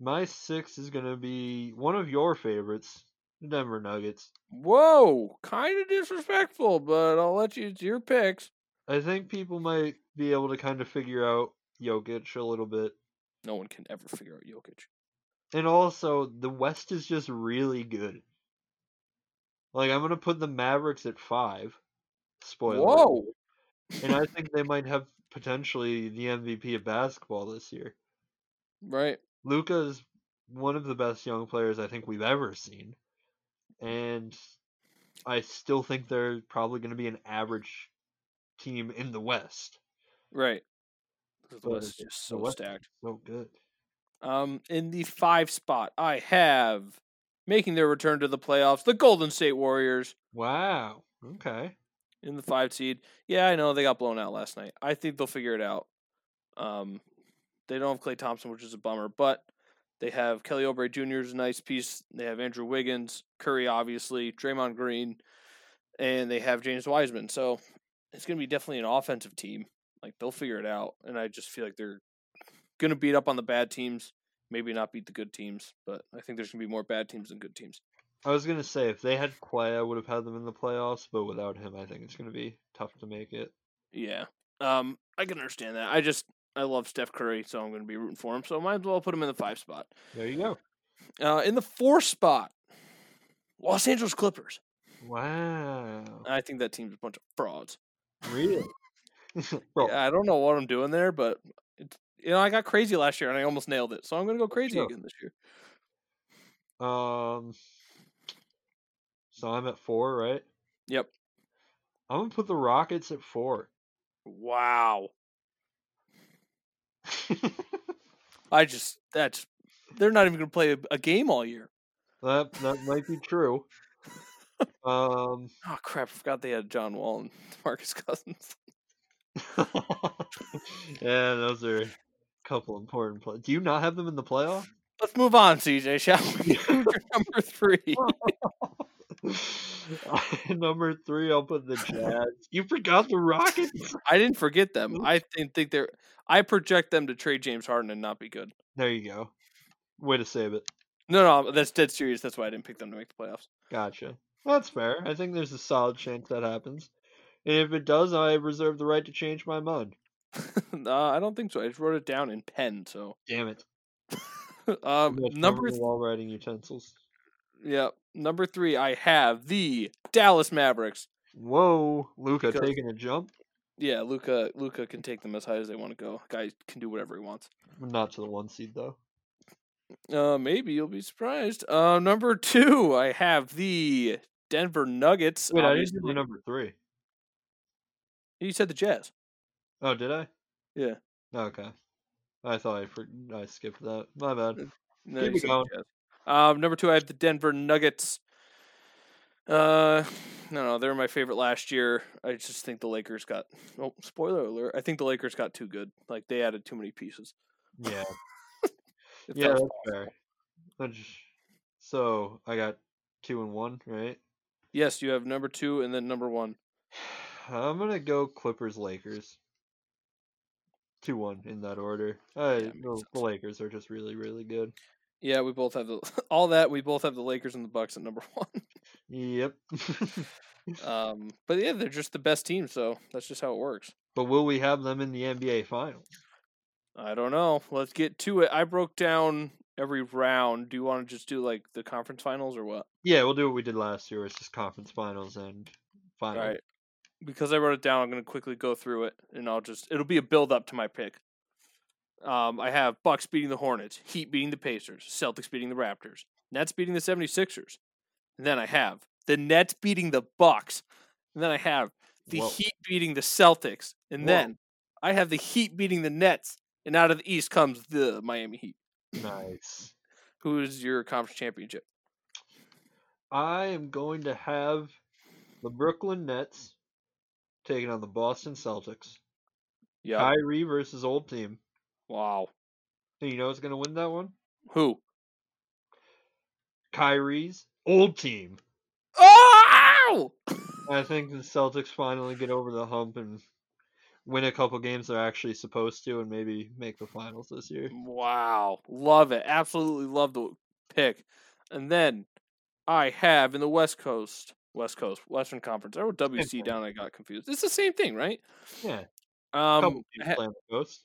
[SPEAKER 2] My six is gonna be one of your favorites, the Denver Nuggets.
[SPEAKER 1] Whoa, kind of disrespectful, but I'll let you. It's your picks.
[SPEAKER 2] I think people might be able to kind of figure out Jokic a little bit.
[SPEAKER 1] No one can ever figure out Jokic.
[SPEAKER 2] And also, the West is just really good. Like, I'm going to put the Mavericks at five. Spoiler.
[SPEAKER 1] Whoa,
[SPEAKER 2] And I think they might have potentially the MVP of basketball this year.
[SPEAKER 1] right?
[SPEAKER 2] Luca is one of the best young players I think we've ever seen. And I still think they're probably going to be an average team in the West.
[SPEAKER 1] Right. Because the
[SPEAKER 2] So
[SPEAKER 1] West is
[SPEAKER 2] the-
[SPEAKER 1] just
[SPEAKER 2] the
[SPEAKER 1] so
[SPEAKER 2] West is
[SPEAKER 1] stacked.
[SPEAKER 2] So good.
[SPEAKER 1] Um, in the five spot, I have making their return to the playoffs, the Golden State Warriors
[SPEAKER 2] Wow. Okay.
[SPEAKER 1] in the five seed. Yeah, I know they got blown out last night. I think they'll figure it out. Um, they don't have Clay Thompson, which is a bummer, but they have Kelly Oubre Jr. is a nice piece. They have Andrew Wiggins, Curry, obviously, Draymond Green, and they have James Wiseman. So it's going to be definitely an offensive team. Like they'll figure it out, and I just feel like they're going to beat up on the bad teams. Maybe not beat the good teams, but I think there's going to be more bad teams than good teams.
[SPEAKER 2] I was gonna say if they had Clay, I would have had them in the playoffs, but without him, I think it's gonna be tough to make it.
[SPEAKER 1] Yeah. Um, I can understand that. I just I love Steph Curry, so I'm going to be rooting for him. So might as well put him in the five spot.
[SPEAKER 2] There you go.
[SPEAKER 1] Uh, in the four spot, Los Angeles Clippers.
[SPEAKER 2] Wow.
[SPEAKER 1] I think that team's a bunch of frauds.
[SPEAKER 2] (laughs) Really? (laughs) Bro,
[SPEAKER 1] Yeah, I don't know what I'm doing there, but it's, you know I got crazy last year and I almost nailed it, so I'm going to go crazy
[SPEAKER 2] go.
[SPEAKER 1] again this year.
[SPEAKER 2] um So I'm at four, right?
[SPEAKER 1] Yep.
[SPEAKER 2] I'm gonna put the Rockets at four. (laughs)
[SPEAKER 1] Wow. I just that's they're not even going to play a, a game all year.
[SPEAKER 2] that that might be true. Um (laughs)
[SPEAKER 1] Oh crap! I forgot they had John Wall and (laughs) Marcus Cousins.
[SPEAKER 2] Yeah, those are a couple important plays. Do you not have them in the playoffs?
[SPEAKER 1] Let's move on, CJ, shall we? (laughs) Who's your number three.
[SPEAKER 2] (laughs) Number three, I'll put the Jazz. You forgot the Rockets.
[SPEAKER 1] I didn't forget them.
[SPEAKER 2] Mm-hmm.
[SPEAKER 1] I didn't think they're. I project them to trade James Harden and not be good.
[SPEAKER 2] There you go. Way to save it.
[SPEAKER 1] No, no, that's dead serious. That's why I didn't pick them to make the playoffs. (laughs)
[SPEAKER 2] Gotcha. That's fair. I think there's a solid chance that happens. And if it does, I reserve the right to change my mind.
[SPEAKER 1] uh, I don't think so. I just wrote it down in pen. So (laughs)
[SPEAKER 2] Damn it.
[SPEAKER 1] um,
[SPEAKER 2] Yes,
[SPEAKER 1] number th-
[SPEAKER 2] wall writing utensils.
[SPEAKER 1] yeah, number three. I have the Dallas Mavericks.
[SPEAKER 2] Whoa, Luca
[SPEAKER 1] Because-
[SPEAKER 2] taking a jump.
[SPEAKER 1] Yeah, Luca. Luca can take them as high as they want to go. Guy can do whatever he wants.
[SPEAKER 2] Not to the one seed though.
[SPEAKER 1] Uh, maybe you'll be surprised. Uh, number two. I have the Denver Nuggets.
[SPEAKER 2] Wait, I didn't do
[SPEAKER 1] obviously.
[SPEAKER 2] my number three.
[SPEAKER 1] You said the Jazz.
[SPEAKER 2] Oh, did I?
[SPEAKER 1] Yeah.
[SPEAKER 2] Okay. I thought I for- I skipped that. My bad.
[SPEAKER 1] No,
[SPEAKER 2] Keep
[SPEAKER 1] you
[SPEAKER 2] it
[SPEAKER 1] said
[SPEAKER 2] going.
[SPEAKER 1] Jazz. Um, number two, I have the Denver Nuggets. Uh, no, no, they were my favorite last year. I just think the Lakers got. Oh, spoiler alert! I think the Lakers got too good. Like they added too many pieces.
[SPEAKER 2] Yeah.
[SPEAKER 1] If
[SPEAKER 2] Yeah,
[SPEAKER 1] that's-
[SPEAKER 2] that's fair. Which- So I got two and one, right? (sighs)
[SPEAKER 1] yes, you have number two and then number one.
[SPEAKER 2] I'm gonna go Clippers Lakers. Two one in that order. Uh,
[SPEAKER 1] makes
[SPEAKER 2] the,
[SPEAKER 1] sense.
[SPEAKER 2] the Lakers are just really really good.
[SPEAKER 1] Yeah, we both have the (laughs) all that. We both have the Lakers and the Bucks at number (laughs) one.
[SPEAKER 2] Yep. (laughs)
[SPEAKER 1] Um, but yeah, they're just the best team, so that's just how it works.
[SPEAKER 2] but will we have them in the NBA Finals?
[SPEAKER 1] I don't know. Let's get to it. I broke down every round. Do you want to just do like the conference finals or what?
[SPEAKER 2] Yeah, we'll do what we did last year. It's just conference finals and
[SPEAKER 1] All
[SPEAKER 2] final.
[SPEAKER 1] right. Because I wrote it down, I'm going to quickly go through it, and I'll just it'll be a build up to my pick. Um, I have Bucks beating the Hornets, Heat beating the Pacers, Celtics beating the Raptors, Nets beating the 76ers. And then I have the Nets beating the Bucks. And then I have the
[SPEAKER 2] Whoa.
[SPEAKER 1] Heat beating the Celtics. And
[SPEAKER 2] Whoa.
[SPEAKER 1] then I have the Heat beating the Nets. And out of the East comes the Miami Heat.
[SPEAKER 2] Nice.
[SPEAKER 1] Who is your conference championship?
[SPEAKER 2] I am going to have the Brooklyn Nets taking on the Boston Celtics.
[SPEAKER 1] Yeah.
[SPEAKER 2] Kyrie versus old team.
[SPEAKER 1] Wow.
[SPEAKER 2] And you know who's going to win that one?
[SPEAKER 1] Who?
[SPEAKER 2] Kyrie's old team.
[SPEAKER 1] Oh!
[SPEAKER 2] I think the Celtics finally get over the hump and win a couple games they're actually supposed to and maybe make the finals this year.
[SPEAKER 1] Wow. Love it. Absolutely love the pick. And then I have in the West Coast, West Coast, Western Conference. I wrote WC
[SPEAKER 2] thing.
[SPEAKER 1] down. I got confused. It's the same thing, right?
[SPEAKER 2] Yeah.
[SPEAKER 1] Um,
[SPEAKER 2] couple teams
[SPEAKER 1] I ha-
[SPEAKER 2] playing the Coast.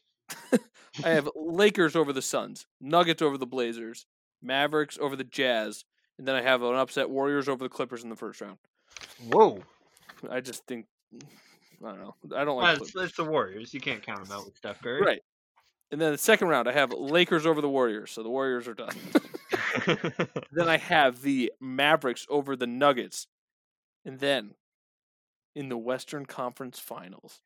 [SPEAKER 1] I have Lakers over the Suns, Nuggets over the Blazers, Mavericks over the Jazz, and then I have an upset Warriors over the Clippers in the first round.
[SPEAKER 2] Whoa.
[SPEAKER 1] I just think I don't know. I don't
[SPEAKER 2] Well,
[SPEAKER 1] like
[SPEAKER 2] it's,
[SPEAKER 1] Clippers.
[SPEAKER 2] it's the Warriors. You can't count them out with Steph Curry. (laughs)
[SPEAKER 1] Right. And then the second round, I have Lakers over the Warriors, so the Warriors are done. (laughs) then I have the Mavericks over the Nuggets, and then in the Western Conference Finals.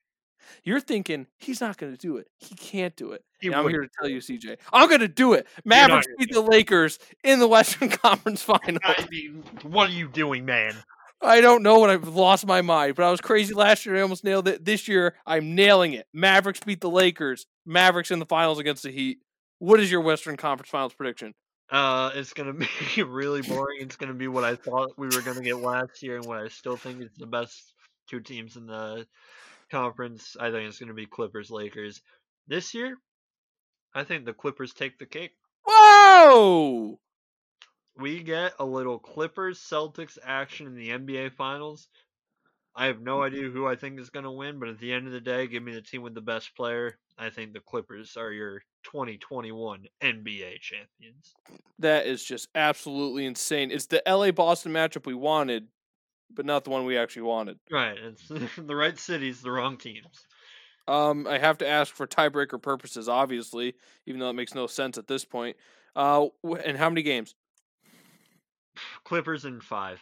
[SPEAKER 1] You're thinking he's not going to do it. He can't do it.
[SPEAKER 2] He
[SPEAKER 1] And I'm
[SPEAKER 2] wouldn't
[SPEAKER 1] here to tell you, CJ, I'm going to do it.
[SPEAKER 2] not
[SPEAKER 1] Mavericks
[SPEAKER 2] gonna
[SPEAKER 1] beat the Lakers in the Western (laughs) Conference Finals.
[SPEAKER 2] I mean, what are you doing, man?
[SPEAKER 1] I don't know when I've lost my mind, but I was crazy last year. I almost nailed it. This year, I'm nailing it. Mavericks beat the Lakers. Mavericks in the finals against the Heat. What is your Western Conference Finals prediction?
[SPEAKER 2] Uh, it's gonna (laughs) be really boring. It's gonna be what I thought we were gonna get last year, and what I still think is the best two teams in the conference. I think it's gonna be Clippers Lakers this year. I think the Clippers take the cake.
[SPEAKER 1] Whoa!
[SPEAKER 2] We get a little Clippers Celtics action in the NBA Finals. I have no idea who I think is gonna win, but at the end of the day, give me the team with the best player. I think the Clippers are your 2021 NBA champions.
[SPEAKER 1] That is just absolutely insane. It's the LA Boston matchup we wanted, but not the one we actually wanted.
[SPEAKER 2] Right, it's (laughs) the right cities, the wrong teams.
[SPEAKER 1] Um, I have to ask for tiebreaker purposes, obviously, even though it makes no sense at this point. Uh, wh- and how many games?
[SPEAKER 2] Clippers in five.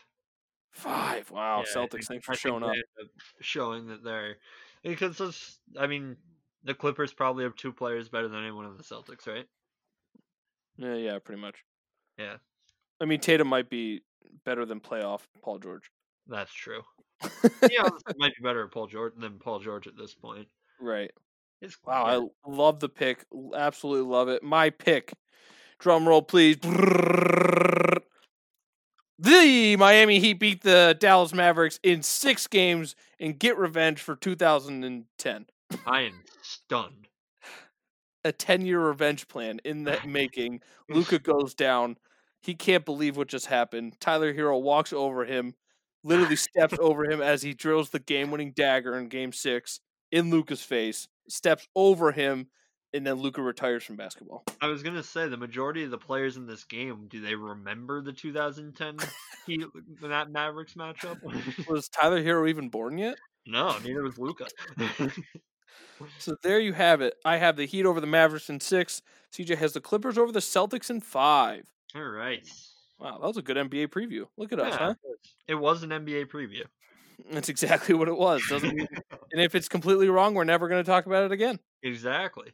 [SPEAKER 1] Five. Wow,
[SPEAKER 2] Yeah, I
[SPEAKER 1] Celtics, thanks for
[SPEAKER 2] I think
[SPEAKER 1] showing
[SPEAKER 2] they
[SPEAKER 1] up.
[SPEAKER 2] end Showing that they're because it's, I mean the Clippers probably have two players better than anyone in the Celtics, right?
[SPEAKER 1] Yeah, yeah, pretty much.
[SPEAKER 2] Yeah.
[SPEAKER 1] I mean, Tatum might be better than playoff Paul George. (laughs)
[SPEAKER 2] That's true. Yeah, honestly, might be better at Paul George than Paul George at this point.
[SPEAKER 1] right.
[SPEAKER 2] It's yeah,
[SPEAKER 1] Wow, I love the pick. L- Absolutely love it. My pick. Drum roll, please. The Miami Heat beat the Dallas Mavericks in six games and get revenge for 2010.
[SPEAKER 2] I am stunned.
[SPEAKER 1] A 10 year revenge plan in that making. Luca goes down. He can't believe what just happened. Tyler Hero walks over him, literally steps over him as he drills the game winning dagger in game six in Luca's face, steps over him, and then Luca retires from basketball.
[SPEAKER 2] I was gonna say the majority of the players in this game do they remember the 2010 Heat that Mavericks matchup? (laughs)
[SPEAKER 1] Was Tyler Hero even born yet?
[SPEAKER 2] no, neither was Luca.
[SPEAKER 1] So there you have it. I have the Heat over the Mavericks in six. CJ has the Clippers over the Celtics in five.
[SPEAKER 2] (laughs) All right.
[SPEAKER 1] Wow, that was a good NBA preview. Look at us,
[SPEAKER 2] Yeah,
[SPEAKER 1] huh?
[SPEAKER 2] It was an NBA preview.
[SPEAKER 1] That's exactly what it was. Doesn't and if it's completely wrong, we're never going to talk about it again.
[SPEAKER 2] Exactly.